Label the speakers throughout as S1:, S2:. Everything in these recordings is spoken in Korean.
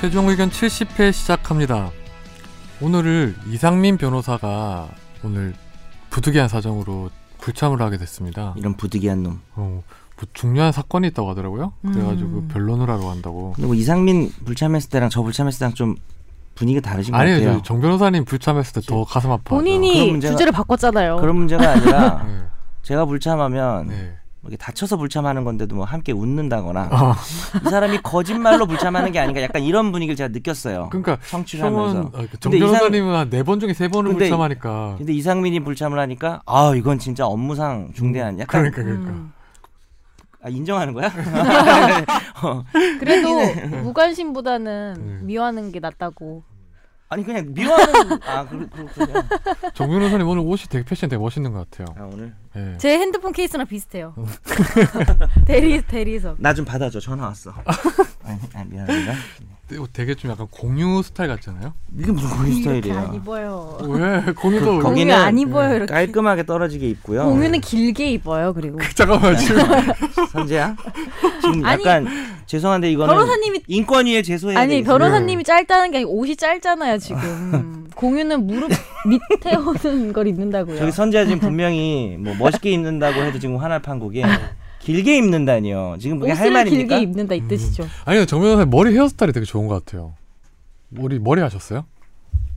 S1: 최종 의견 70회 시작합니다. 오늘을 이상민 변호사가 오늘 부득이한 사정으로 불참을 하게 됐습니다.
S2: 이런 부득이한 놈.
S1: 어, 뭐 중요한 사건이 있다고 하더라고요. 그래가지고
S3: 음.
S1: 변론을 하러 간다고.
S2: 근데 뭐 이상민 불참했을 때랑 저 불참했을 때랑 좀 분위기가 다르신 것
S1: 아니요,
S2: 같아요. 예.
S1: 저정 변호사님 불참했을 때 더 가슴 아파.
S3: 본인이
S2: 그런 문제가-
S3: 주제를 바꿨잖아요. 음.
S2: 그런 문제가 아니라
S1: 네,
S2: 제가 불참하면 뭐
S1: 네.
S2: 이렇게 다쳐서 불참하는 건데도 뭐 함께 웃는다거나
S1: 어.
S2: 이 사람이 거짓말로 불참하는 게 아닌가 약간 이런 분위기를 제가 느꼈어요.
S1: 그러니까
S2: 청취를
S1: 형은
S2: 하면서.
S1: 아, 정
S2: 근데 이상-
S1: 변호사님은 한 네 번 중에 세 번을
S2: 근데-
S1: 불참하니까.
S2: 근데 이상민이 불참을 하니까 아 이건 진짜 업무상 중대한 약간
S1: 그러니까 그러니까.
S3: 음.
S2: 아, 인정하는 거야? 어.
S3: 그래도 무관심보다는
S1: 네.
S3: 미워하는 게 낫다고.
S2: 아니 그냥 미워하는 아 그, 그렇군요.
S1: 정 변호사님 오늘 옷이 되게 패션 되게 멋있는 것 같아요.
S2: 아 오늘
S1: 예.
S3: 제 핸드폰 케이스랑 비슷해요. 대리 대리석.
S2: 나 좀 받아줘 전화 왔어. 아니, 아 미안합니다.
S1: 근데 옷 되게 좀 약간 공유 스타일 같잖아요.
S2: 이게 무슨 공유
S3: 이렇게
S2: 스타일이야?
S3: 안 입어요.
S1: 왜 공유도
S2: 아. 그 거기-
S3: 공유
S2: 거기는 네.
S3: 안 입어요 이렇게.
S2: 깔끔하게 떨어지게 입고요.
S3: 공유는 길게 입어요 그리고.
S1: 잠깐만 지금
S2: 선재야. 지금
S3: 아니,
S2: 약간 죄송한데 이거는
S3: 변호사님이
S2: 인권위에 제소해야
S3: 아니
S2: 되겠어요.
S3: 변호사님이 짧다는 게 아니고 옷이 짧잖아요 지금. 음. 공유는 무릎 밑에 오는 걸 입는다고요.
S2: 저기 선재야 지금 분명히 뭐 멋있게 입는다고 해도 지금 화날 판국에 길게 입는다니요. 지금 그게 할
S3: 옷을
S2: 말입니까?
S3: 길게 입는다 이 뜻이죠.
S1: 아니요 정 변호사님 머리 헤어스타일이 되게 좋은 것 같아요. 머리 머리 하셨어요?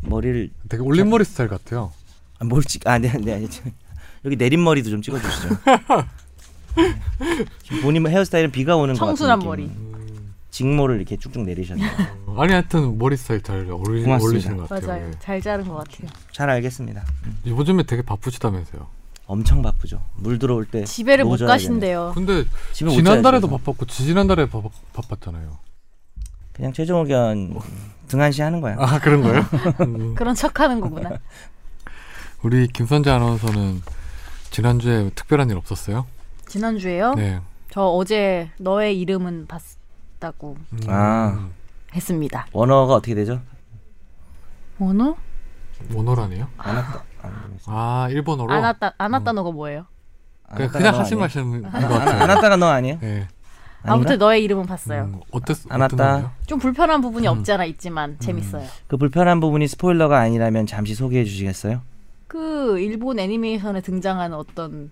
S2: 머리를
S1: 되게 올림머리 스타일 같아요.
S2: 아, 뭘 찍? 아, 네, 네. 아니, 저- 여기 내린머리도 좀 찍어주시죠. 지금 본인 헤어스타일은 비가 오는
S3: 청순한
S2: 것 같은
S3: 머리.
S2: 느낌. 직모를 이렇게 쭉쭉 내리셨네요.
S1: 아니 하여튼 머리 스타일 잘 어울리,
S2: 고맙습니다.
S1: 어울리시는 것 같아요.
S3: 맞아요. 잘 자른 것 같아요.
S2: 잘 알겠습니다.
S1: 예. 요즘에 되게 바쁘시다면서요.
S2: 엄청 바쁘죠. 물 들어올 때
S3: 집에를 못
S2: 모자라겠네.
S3: 가신대요.
S1: 근데
S2: 집에 못
S1: 지난달에도
S2: 자야죠.
S1: 바빴고 지지난달에 바, 바빴잖아요.
S2: 그냥 최종 의견 등한시 하는 거야.
S1: 아 그런 거예요? 음.
S3: 그런 척하는 거구나.
S1: 우리 김선재 아나운서는 지난주에 특별한 일 없었어요?
S3: 지난주에요?
S1: 네.
S3: 저 어제 너의 이름은 봤다고
S1: 음.
S2: 아.
S3: 했습니다.
S2: 원어가 어떻게 되죠?
S3: 원어?
S1: 원어라네요?
S2: 안 왔다. 안
S1: 아 일본어로?
S3: 안 왔다 안 왔다 너가 뭐예요?
S1: 그냥,
S2: 왔다가
S1: 그냥
S2: 너
S1: 하신
S2: 아니에요?
S1: 말씀인 것
S2: 안,
S1: 같아요.
S2: 안 왔다가 너 아니에요?
S1: 네.
S2: 아닌가?
S3: 아무튼 너의 이름은 봤어요.
S1: 음, 어땠
S2: 안 왔다.
S1: 어땠나요?
S3: 좀 불편한 부분이
S2: 음.
S3: 없잖아 있지만 재밌어요.
S2: 그 불편한 부분이 스포일러가 아니라면 잠시 소개해 주시겠어요?
S3: 그 일본 애니메이션에 등장하는 어떤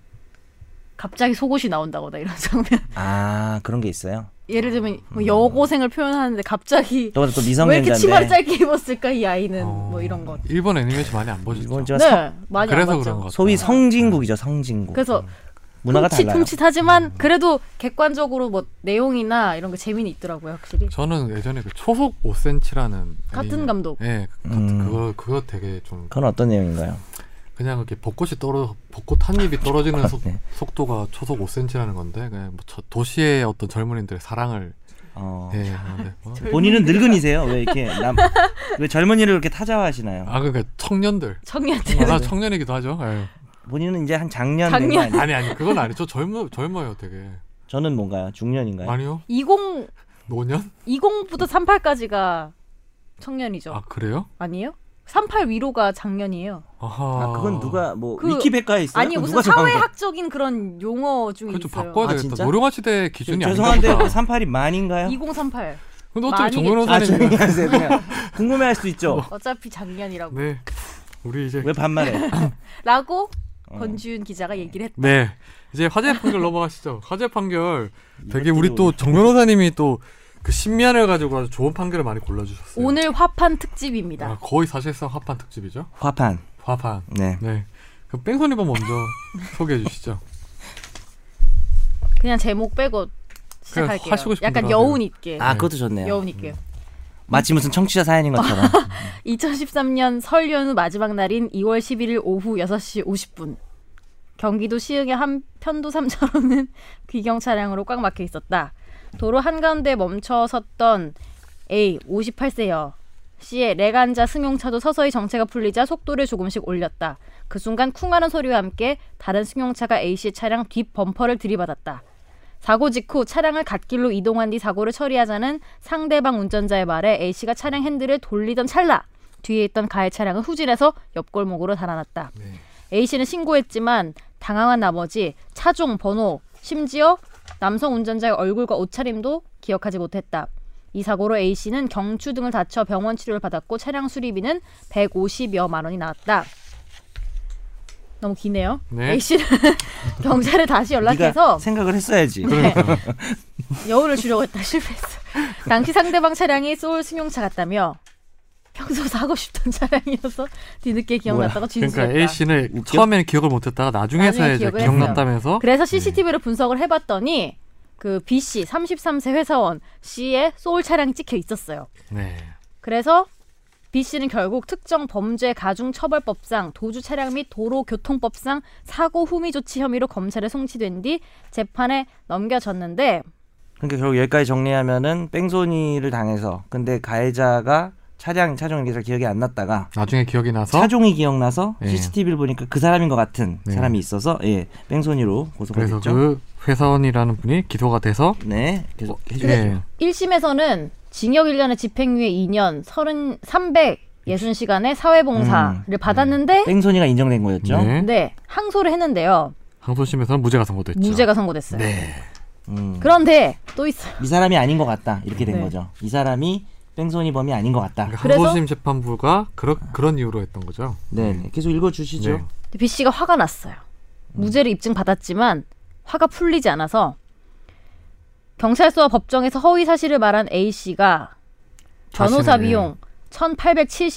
S3: 갑자기 속옷이 나온다거나 이런 장면.
S2: 아 그런 게 있어요.
S3: 예를 들면
S2: 음.
S3: 뭐 여고생을 표현하는데 갑자기
S2: 또, 또
S3: 왜 이렇게 치마를
S2: 미성년자인데 네.
S3: 짧게 입었을까 이 아이는
S1: 어,
S3: 뭐 이런 것.
S1: 일본 애니메이션 많이 안 보시죠?
S2: 이건 저 서-
S3: 네 많이 안
S1: 그래서
S3: 봤죠.
S1: 그런 것 같아요.
S2: 소위 성진국이죠 성진국.
S3: 그래서
S2: 문화가
S3: 흠칫,
S2: 달라요. 음.
S3: 흠칫하지만 그래도 객관적으로 뭐 내용이나 이런 게 재미는 있더라고요 확실히
S1: 저는 예전에 그 초속 5cm라는
S3: 같은 감독.
S1: 예, 그-
S2: 음.
S1: 그거 그거 되게 좀
S2: 그건 어떤 내용인가요?
S1: 그냥 이렇게 벚꽃이 떨어 벚꽃 한 입이 떨어지는 속,
S2: 네.
S1: 속도가 초속 5cm라는 건데 그냥 뭐 저- 도시의 어떤 젊은이들의 사랑을
S2: 어.
S1: 예, 하는데 뭐-
S2: 본인은 늙은이세요? 왜 이렇게 남, 왜 젊은이를 이렇게 타자화하시나요?
S1: 아 그러니까 청년들
S3: 청년들
S2: 네.
S1: 아, 청년이기도 하죠. 예.
S2: 본인은 이제 한 작년
S3: 작년.
S2: 된거 아니에요?
S1: 아니 아니 그건 아니죠. 젊어 젊어요 되게
S2: 저는 뭔가요? 중년인가요?
S1: 아니요
S3: 20
S1: 노년?
S3: 20부터 38까지가 청년이죠.
S1: 아 그래요?
S3: 아. 니에요38 위로가 작년이에요.
S1: 아하.
S2: 아, 그건 누가 뭐
S3: 그-
S2: 위키백과에 있어요?
S3: 아니
S2: 그건
S3: 무슨
S2: 누가 정한 거예요?
S3: 사회학적인 그런 용어 중에
S1: 그걸 좀
S3: 있어요.
S1: 바꿔야
S2: 아,
S1: 되겠다.
S2: 진짜? 네,
S1: 노령화 시대 기준이 아닌가
S2: 죄송한데
S1: 보다.
S2: 38이 만인가요?
S3: 2038
S1: 근데 어차피 정
S3: 많이겠죠.
S2: 아
S1: 변호사님
S2: 조용히 하세요 그냥 궁금해할 수 있죠
S3: 어차피 작년이라고
S1: 네. 우리 이제
S2: 왜 반말해
S3: 라고
S2: 어.
S3: 권지윤 기자가 얘기를 했.
S1: 네. 이제 화재 판결 넘어가시죠. 화재 판결 되게
S2: 이것들이
S1: 우리 또 정 변호사님이 또 그 신미안을 가지고 아주 좋은 판결을 많이 골라 주셨어요.
S3: 오늘 화판 특집입니다.
S1: 아, 거의 사실상 화판 특집이죠.
S2: 화판
S1: 화판.
S2: 네
S1: 네. 그럼 뺑소니범 먼저 소개해 주시죠.
S3: 그냥 제목 빼고 시작할게요.
S1: 하시고 싶은
S3: 약간
S1: 대로 하세요.
S3: 여운 있게.
S2: 아, 그것도 좋네요.
S3: 여운 있게.
S2: 마치 무슨 청취자 사연인 것처럼.
S3: 2013년 설 연휴 마지막 날인 2월 11일 오후 6시 50분 경기도 시흥의 한 편도삼차로는 귀경 차량으로 꽉 막혀 있었다. 도로 한가운데 멈춰 섰던 A 58세여 씨의 레간자 승용차도 서서히 정체가 풀리자 속도를 조금씩 올렸다. 그 순간 쿵하는 소리와 함께 다른 승용차가 A 씨의 차량 뒷 범퍼를 들이받았다. 사고 직후 차량을 갓길로 이동한 뒤 사고를 처리하자는 상대방 운전자의 말에 A씨가 차량 핸들을 돌리던 찰나 뒤에 있던 가해 차량은 후진해서 옆골목으로 달아났다.
S1: 네.
S3: A씨는 신고했지만 당황한 나머지 차종, 번호, 심지어 남성 운전자의 얼굴과 옷차림도 기억하지 못했다. 이 사고로 A 씨는 경추 등을 다쳐 병원 치료를 받았고 차량 수리비는 150여만 원이 나왔다. 너무 기네요.
S1: 네.
S3: A 씨는 경찰에 다시 연락해서
S2: 네가 생각을 했어야지.
S1: 그러니까
S3: 네. 여우를 주려고 했다 실패했어. 당시 상대방 차량이 소울 승용차 같다며 평소 사고 싶던 차량이어서 뒤늦게 기억났다고 진술했다.
S1: 그러니까 A 씨는
S2: 웃겨?
S1: 처음에는 기억을 못했다가 나중에서야
S3: 나중에
S1: 이제
S3: 기억을
S1: 기억났다면서
S3: 그래서 CCTV를 분석을 해봤더니 그 B 씨 33세 회사원 C의 소울 차량이 찍혀 있었어요.
S1: 네.
S3: 그래서 B 씨는 결국 특정 범죄 가중 처벌법상 도주 차량 및 도로교통법상 사고 후미 조치 혐의로 검찰에 송치된 뒤 재판에 넘겨졌는데
S2: 그러니까 결국 여기까지 정리하면은 뺑소니를 당해서 근데 가해자가 차량 차종이 잘 기억이 안 났다가
S1: 나중에 기억이 나서
S2: 차종이 기억나서
S1: 예.
S2: CCTV를 보니까 그 사람인 것 같은
S1: 네.
S2: 사람이 있어서 예 뺑소니로 고소가
S1: 그래서
S2: 됐죠.
S1: 그 회사원이라는 분이 기소가 돼서
S2: 네 계속 해주세요.
S1: 예.
S3: 1심에서는 징역 1년에 집행유예 2년 30 360시간의 사회봉사를 받았는데
S2: 뺑소니가 인정된 거였죠.
S1: 음, 네.
S3: 네, 항소를 했는데요.
S1: 항소심에서는 무죄가 선고됐죠.
S3: 무죄가 선고됐어요.
S1: 네.
S2: 음.
S3: 그런데 또 있어요.
S2: 이 사람이 아닌 것 같다 이렇게 된
S3: 네.
S2: 거죠. 이 사람이 뺑소니 범이 아닌 것 같다.
S1: 그러니까
S3: 그래서-
S1: 항소심 재판부가 그러, 그런 이유로 했던 거죠.
S2: 네, 네. 계속 읽어주시죠.
S1: 네.
S3: B 씨가 화가 났어요.
S1: 음.
S3: 무죄를 입증받았지만 화가 풀리지 않아서 경찰서와 법정에서 허위 사실을 말한 A 씨가 변호사
S1: 자신의-
S3: 비용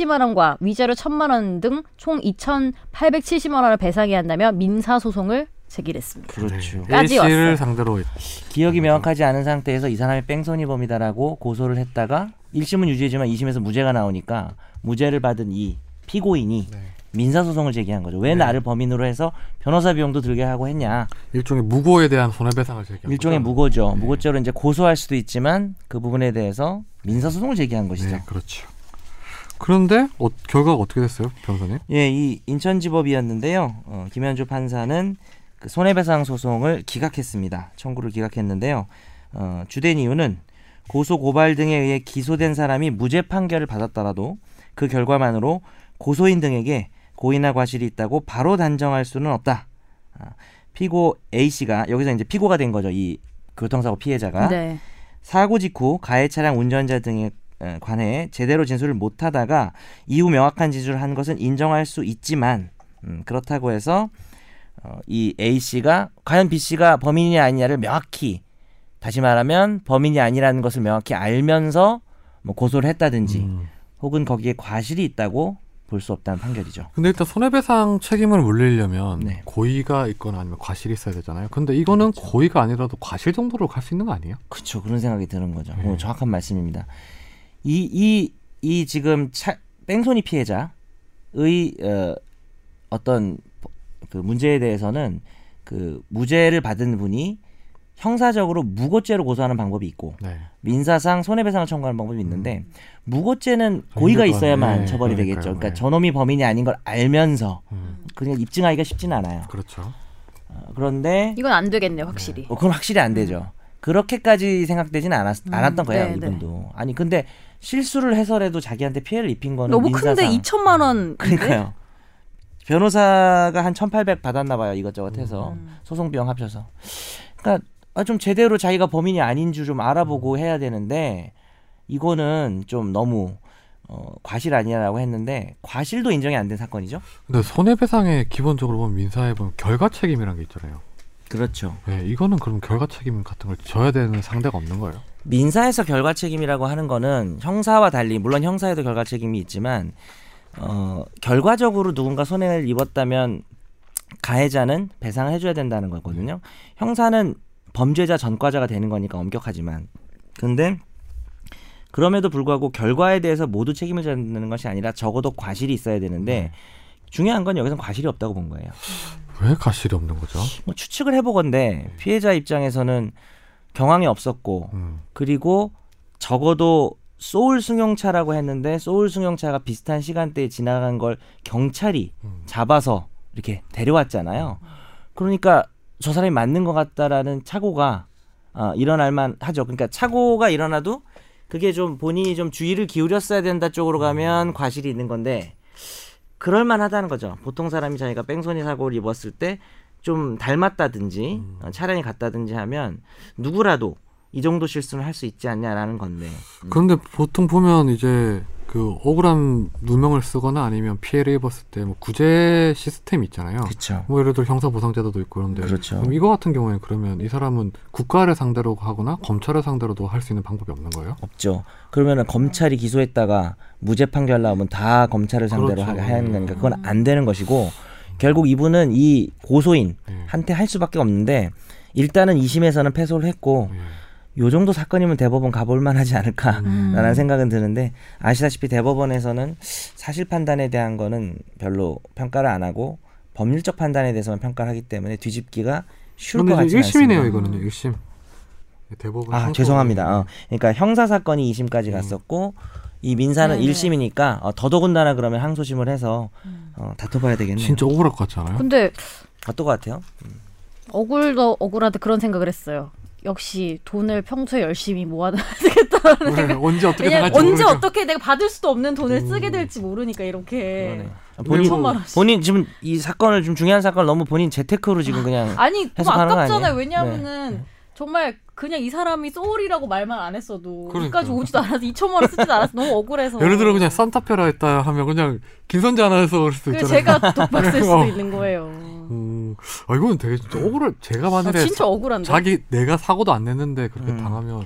S3: 1,870만 원과 위자료 1,000만 원 등 총 2,870만 원을 배상해야 한다며 민사 소송을 제기했습니다.
S2: 그렇죠.
S1: 네. A
S3: 까지 왔어요.
S1: 씨를 상대로 했-
S2: 기억이 명확하지 않은 상태에서 이 사람이 뺑소니 범이다라고 고소를 했다가 1심은 유죄지만 2심에서 무죄가 나오니까 무죄를 받은 이 피고인이
S1: 네.
S2: 민사소송을 제기한 거죠. 왜 나를 범인으로 해서 변호사 비용도 들게 하고 했냐.
S1: 일종의 무고에 대한 손해배상을 제기한
S2: 일종의
S1: 거죠.
S2: 무고죠. 무고죄로 이제 고소할 수도 있지만 그 부분에 대해서 민사소송을 제기한 것이죠.
S1: 네, 그렇죠. 그런데 어, 결과가 어떻게 됐어요, 변호사님?
S2: 예, 이 인천지법이었는데요. 어, 김현주 판사는 그 손해배상 소송을 기각했습니다. 청구를 기각했는데요. 어, 주된 이유는 고소 고발 등에 의해 기소된 사람이 무죄 판결을 받았더라도 그 결과만으로 고소인 등에게 고의나 과실이 있다고 바로 단정할 수는 없다. 아, 피고 A 씨가 여기서 이제 피고가 된 거죠. 이 교통사고 피해자가
S3: 네.
S2: 사고 직후 가해 차량 운전자 등에 에, 관해 제대로 진술을 못하다가 이후 명확한 진술을 한 것은 인정할 수 있지만 음, 그렇다고 해서 어, 이 A 씨가 과연 B 씨가 범인이 아니냐를 명확히 다시 말하면 범인이 아니라는 것을 명확히 알면서 뭐 고소를 했다든지
S1: 음.
S2: 혹은 거기에 과실이 있다고 볼 수 없다는 판결이죠.
S1: 근데 일단 손해배상 책임을 물리려면
S2: 네.
S1: 고의가 있거나 아니면 과실이 있어야 되잖아요. 근데 이거는 고의가 아니라도 과실 정도로 갈 수 있는 거 아니에요?
S2: 그렇죠. 그런 생각이 드는 거죠.
S1: 네.
S2: 어, 정확한 말씀입니다. 이 이 이 지금 차, 뺑소니 피해자의 어, 어떤 그 문제에 대해서는 그 무죄를 받은 분이 형사적으로 무고죄로 고소하는 방법이 있고
S1: 네.
S2: 민사상 손해배상을 청구하는 방법이 있는데 무고죄는
S1: 음. 아,
S2: 고의가
S1: 힘들 것
S2: 있어야만
S1: 같네.
S2: 처벌이
S1: 그러니까요.
S2: 되겠죠. 그러니까
S1: 네.
S2: 저놈이 범인이 아닌 걸 알면서
S1: 음,
S2: 그냥 입증하기가 쉽진 않아요.
S1: 그렇죠.
S2: 어, 그런데
S3: 이건 안 되겠네요, 확실히.
S2: 어, 그건 확실히 안 되죠. 그렇게까지 생각되진 않았, 않았던 거예요,
S3: 음. 네,
S2: 이분도. 아니, 근데 실수를 해서라도 자기한테 피해를 입힌 거는
S3: 너무
S2: 어, 민사상.
S3: 큰데 2천만 원.
S2: 그러니까요. 변호사가 한 1,800 받았나 봐요,
S3: 음,
S2: 이것저것 해서. 소송 비용 합쳐서. 그러니까 아, 좀 제대로 자기가 범인이 아닌 줄 좀
S3: 음.
S2: 알아보고 해야 되는데 이거는 좀 너무 어, 과실 아니냐라고 했는데 과실도 인정이 안 된 사건이죠.
S1: 근데 손해배상에 기본적으로 보면 민사에 보면 결과 책임이라는 게 있잖아요.
S2: 그렇죠.
S1: 네, 이거는 그럼 결과 책임 같은 걸 져야 되는 상대가 없는 거예요.
S2: 민사에서 결과 책임이라고 하는 거는 형사와 달리 물론 형사에도 결과 책임이 있지만 어, 결과적으로 누군가 손해를 입었다면 가해자는 배상을 해줘야 된다는 거거든요. 형사는 범죄자 전과자가 되는 거니까 엄격하지만 근데 그럼에도 불구하고 결과에 대해서 모두 책임을 져야 되는 것이 아니라 적어도 과실이 있어야 되는데 중요한 건 여기서 과실이 없다고 본 거예요.
S1: 왜 과실이 없는 거죠?
S2: 뭐 추측을 해보건데 피해자 입장에서는 경황이 없었고
S1: 음.
S2: 그리고 적어도 소울 승용차라고 했는데 소울 승용차가 비슷한 시간대에 지나간 걸 경찰이
S1: 음.
S2: 잡아서 이렇게 데려왔잖아요. 그러니까 저 사람이 맞는 것 같다라는 착오가 아, 일어날만 하죠. 그러니까 착오가 일어나도 그게 좀 본인이 좀 주의를 기울였어야 된다 쪽으로 가면 과실이 있는 건데 그럴만 하다는 거죠. 보통 사람이 자기가 뺑소니 사고를 입었을 때 좀 닮았다든지 어, 차량이 같다든지 하면 누구라도 이 정도 실수는 할 수 있지 않냐라는 건데. 음.
S1: 그런데 보통 보면 이제 그 억울한 누명을 쓰거나 아니면 피해를 입었을 때 뭐 구제 시스템 이 있잖아요.
S2: 그렇죠.
S1: 뭐 예를 들어 형사보상제도도 있고 그런데
S2: 그렇죠.
S1: 그럼 이거 같은 경우에는 그러면 이 사람은 국가를 상대로 하거나 검찰을 상대로도 할 수 있는 방법이 없는 거예요?
S2: 없죠. 그러면은 검찰이 기소했다가 무죄 판결 나오면 다 검찰을 상대로
S1: 그렇죠.
S2: 하게 하는 거니까 그건 안 되는 것이고 결국 이분은 이 고소인
S1: 예.
S2: 한테 할 수밖에 없는데 일단은 2심에서는 패소를 했고
S1: 예.
S2: 요 정도 사건이면 대법원 가볼 만하지 않을까라는
S1: 음.
S2: 생각은 드는데 아시다시피 대법원에서는 사실 판단에 대한 거는 별로 평가를 안 하고 법률적 판단에 대해서만 평가를 하기 때문에 뒤집기가 쉬울 것
S1: 그런데 이제
S2: 같지 않습니다. 음.
S1: 1심이네요 이거는요 1심 네, 대법원
S2: 아
S1: 항소-
S2: 죄송합니다. 어, 그러니까 형사 사건이 2심까지
S1: 음.
S2: 갔었고 이 민사는
S3: 네, 네.
S2: 1심이니까 어, 더더군다나 그러면 항소심을 해서
S3: 음.
S2: 어, 다퉈봐야 되겠네요.
S1: 진짜 억울할 것 같지 않아요?
S3: 근데
S2: 어떨 것 같아요?
S3: 억울도 억울하다 그런 생각을 했어요. 역시 돈을 평소에 열심히 모아야 되겠다라는
S1: 오늘
S3: 생각.
S1: 언제 어떻게
S3: 왜냐면
S1: 나갈지
S3: 언제
S1: 모르니까.
S3: 어떻게 내가 받을 수도 없는 돈을
S1: 음.
S3: 쓰게 될지 모르니까 이렇게.
S2: 아, 본인
S3: 엄청 많았어.
S2: 본인 지금 이 사건을 좀 중요한 사건을 너무 본인 재테크로 지금 그냥
S3: 아니 너무
S2: 해석하는 거
S3: 아깝잖아요.
S2: 아니에요? 네.
S3: 왜냐면은 정말 그냥 이 사람이 소울이라고 말만 안 했어도
S1: 그러니까요.
S3: 여기까지 오지도 않아서 2천만 원 쓰지도 않아서 너무 억울해서.
S1: 예를 들어 그냥 산타페라 했다 하면 그냥 김선재 아나운서 그럴 수도
S3: 그
S1: 있잖아요.
S3: 제가 독박 쓸 수도
S1: 어.
S3: 있는 거예요.
S1: 음, 아 이건 되게 진짜 억울해. 제가
S3: 아,
S1: 만일에
S3: 진짜 억울한데.
S1: 자기 내가 사고도 안 냈는데 그렇게
S2: 음.
S1: 당하면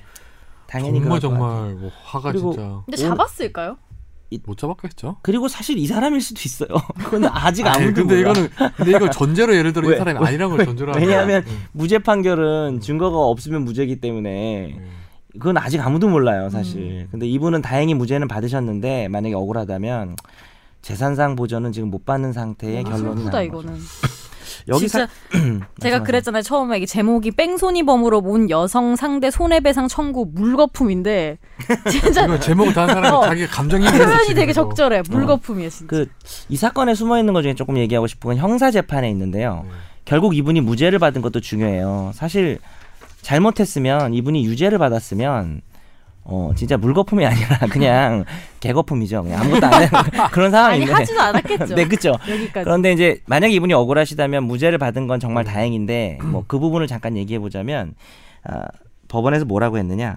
S2: 당연히
S1: 정말
S2: 그럴 것 같아요.
S1: 정말 뭐 화가
S2: 그리고-
S1: 진짜
S3: 근데 잡았을까요?
S1: 못 잡았겠죠.
S2: 그리고 사실 이 사람일 수도 있어요. 그건 아직
S1: 아니,
S2: 아무도
S1: 근데
S2: 몰라.
S1: 이거는 근데 이걸 전제로 예를 들어 이
S2: 왜?
S1: 사람이 아니란 걸 전제로 하면
S2: 왜냐하면 무죄 판결은 증거가 없으면 무죄이기 때문에 그건 아직 아무도 몰라요 사실 근데 이분은 다행히 무죄는 받으셨는데 만약에 억울하다면 재산상 보전은 지금 못 받는 상태의 네,
S3: 너무
S2: 결론이
S3: 아, 슬프다
S2: 나는 거죠.
S3: 이거는.
S2: 여기
S3: 음. 진짜
S2: 사,
S3: 제가 그랬잖아요 처음에 이게 제목이 뺑소니범으로 몬 여성 상대 손해배상 청구 물거품인데 진짜
S1: 이거 제목을 다한 사람이
S3: 어.
S1: 자기 감정이
S3: 표현이 되게 적절해 물거품이에요 진짜.
S2: 어. 그 이 사건에 숨어 있는 것 중에 조금 얘기하고 싶은 건 형사 재판에 있는데요
S1: 네.
S2: 결국 이분이 무죄를 받은 것도 중요해요 사실 잘못했으면 이분이 유죄를 받았으면 어 진짜 물거품이 아니라 그냥 개거품이죠 그냥 아무것도 안 해요 그런
S3: 아니
S2: 상황인데
S3: 하지도 않았겠죠.
S2: 네 그죠
S3: 여기까지.
S2: 그런데 이제 만약에 이분이 억울하시다면 무죄를 받은 건 정말 다행인데 뭐 그 부분을 잠깐 얘기해 보자면 아, 법원에서 뭐라고 했느냐?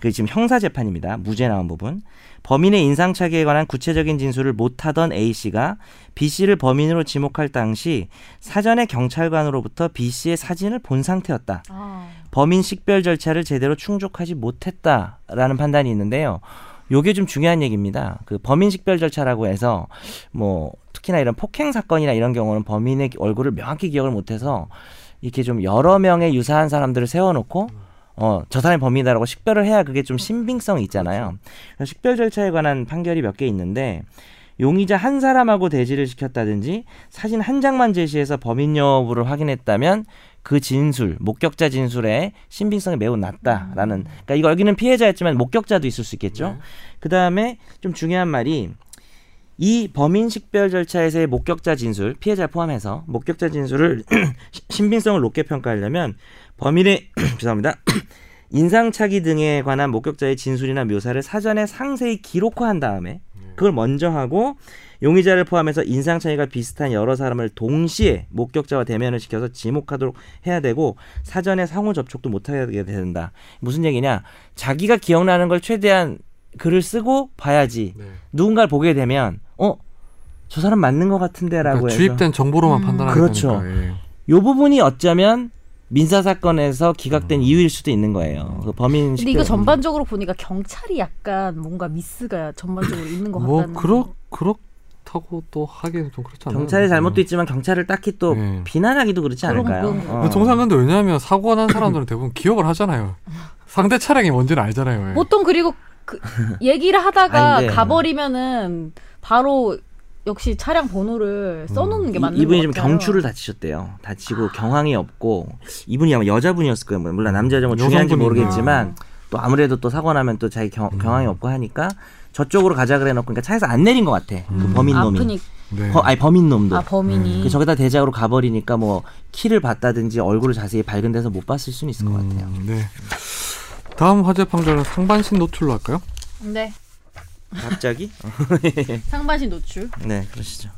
S2: 그 지금 형사 재판입니다. 무죄 나온 부분. 범인의 인상착의에 관한 구체적인 진술을 못하던 A 씨가 B 씨를 범인으로 지목할 당시 사전에 경찰관으로부터 B 씨의 사진을 본 상태였다.
S3: 아,
S2: 범인 식별 절차를 제대로 충족하지 못했다라는 판단이 있는데요. 요게 좀 중요한 얘기입니다. 그 범인 식별 절차라고 해서 뭐 특히나 이런 폭행 사건이나 이런 경우는 범인의 얼굴을 명확히 기억을 못해서 이렇게 좀 여러 명의 유사한 사람들을 세워놓고 어 저 사람이 범인이다라고 식별을 해야 그게 좀 신빙성이 있잖아요. 그래서 식별 절차에 관한 판결이 몇 개 있는데 용의자 한 사람하고 대지를 시켰다든지 사진 한 장만 제시해서 범인 여부를 확인했다면 그 진술, 목격자 진술의 신빙성이 매우 낮다라는. 그러니까 이거 여기는 피해자였지만 목격자도 있을 수 있겠죠. 그 다음에 좀 중요한 말이 이 범인 식별 절차에서의 목격자 진술, 피해자 포함해서 목격자 진술을 시- 신빙성을 높게 평가하려면 범인의 죄송합니다. 인상착의 등에 관한 목격자의 진술이나 묘사를 사전에 상세히 기록화한 다음에
S1: 네.
S2: 그걸 먼저 하고 용의자를 포함해서 인상착의가 비슷한 여러 사람을 동시에 목격자와 대면을 시켜서 지목하도록 해야 되고 사전에 상호 접촉도 못하게 된다. 무슨 얘기냐? 자기가 기억나는 걸 최대한 글을 쓰고 봐야지
S1: 네.
S2: 누군가를 보게 되면 어? 저 사람 맞는 것 같은데라고
S1: 그러니까
S2: 해서
S1: 주입된 정보로만
S3: 음.
S1: 판단하니까 예.
S2: 그렇죠. 요 부분이 어쩌면 민사 사건에서
S1: 음.
S2: 기각된 이유일 수도 있는 거예요. 그 범인
S3: 근데 이거
S2: 식별-
S3: 전반적으로 보니까 경찰이 약간 뭔가 미스가 전반적으로 있는 것
S1: 뭐
S3: 같다는.
S1: 그렇 그렇다고 또 하기는 좀 그렇지 않아요?
S2: 경찰의 잘못도 있지만 경찰을 딱히 또
S1: 음. 네.
S2: 비난하기도 그렇지
S3: 그럼
S2: 않을까요?
S3: 그건
S2: 어.
S1: 근데 통상 근데 왜냐하면 사고가 난 사람들은 대부분 기억을 하잖아요. 상대 차량이 뭔지는 알잖아요. 예. 왜.
S3: 음. 보통 그리고 그 얘기를 하다가
S2: 아니, 근데-
S3: 가버리면은 바로 역시 차량 번호를 써놓는
S2: 음. 이-
S3: 게 맞는
S2: 이분이
S3: 것
S2: 좀
S3: 같아요.
S2: 경추를 다치셨대요. 다치고 경황이 없고 이분이 아마 여자분이었을 거예요. 물론 남자여자 뭐 중요한지
S1: 여성분이구나. 음.
S2: 모르겠지만 또 아무래도 또 사고 나면 또 자기 경, 경황이 없고 하니까 저쪽으로 가자 그래 놓고 그러니까 차에서 안 내린 것 같아. 그
S1: 음.
S2: 범인 놈이.
S3: 아프니
S1: 네.
S2: 거- 아니 범인 놈도.
S3: 아 범인이
S1: 음.
S2: 그 저기다 대작으로 가버리니까 뭐 키를 봤다든지 얼굴을 자세히 밝은 데서 못 봤을 수는 있을 것 같아요.
S1: 음, 네. 다음 화제 판결은 상반신 노출로 할까요?
S3: 네
S2: 갑자기?
S3: 상반신 노출
S2: 네, 그러시죠.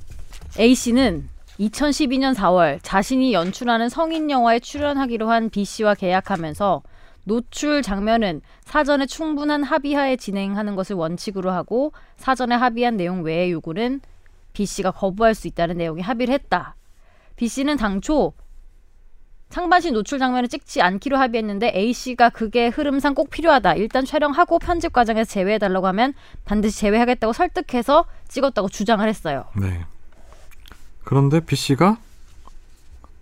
S3: A 씨는 2012년 4월 자신이 연출하는 성인 영화에 출연하기로 한 B 씨와 계약하면서 노출 장면은 사전에 충분한 합의하에 진행하는 것을 원칙으로 하고 사전에 합의한 내용 외의 요구는 B 씨가 거부할 수 있다는 내용에 합의를 했다. B 씨는 당초 상반신 노출 장면을 찍지 않기로 합의했는데 A 씨가 그게 흐름상 꼭 필요하다. 일단 촬영하고 편집 과정에서 제외해달라고 하면 반드시 제외하겠다고 설득해서 찍었다고 주장을 했어요.
S1: 네. 그런데 B 씨가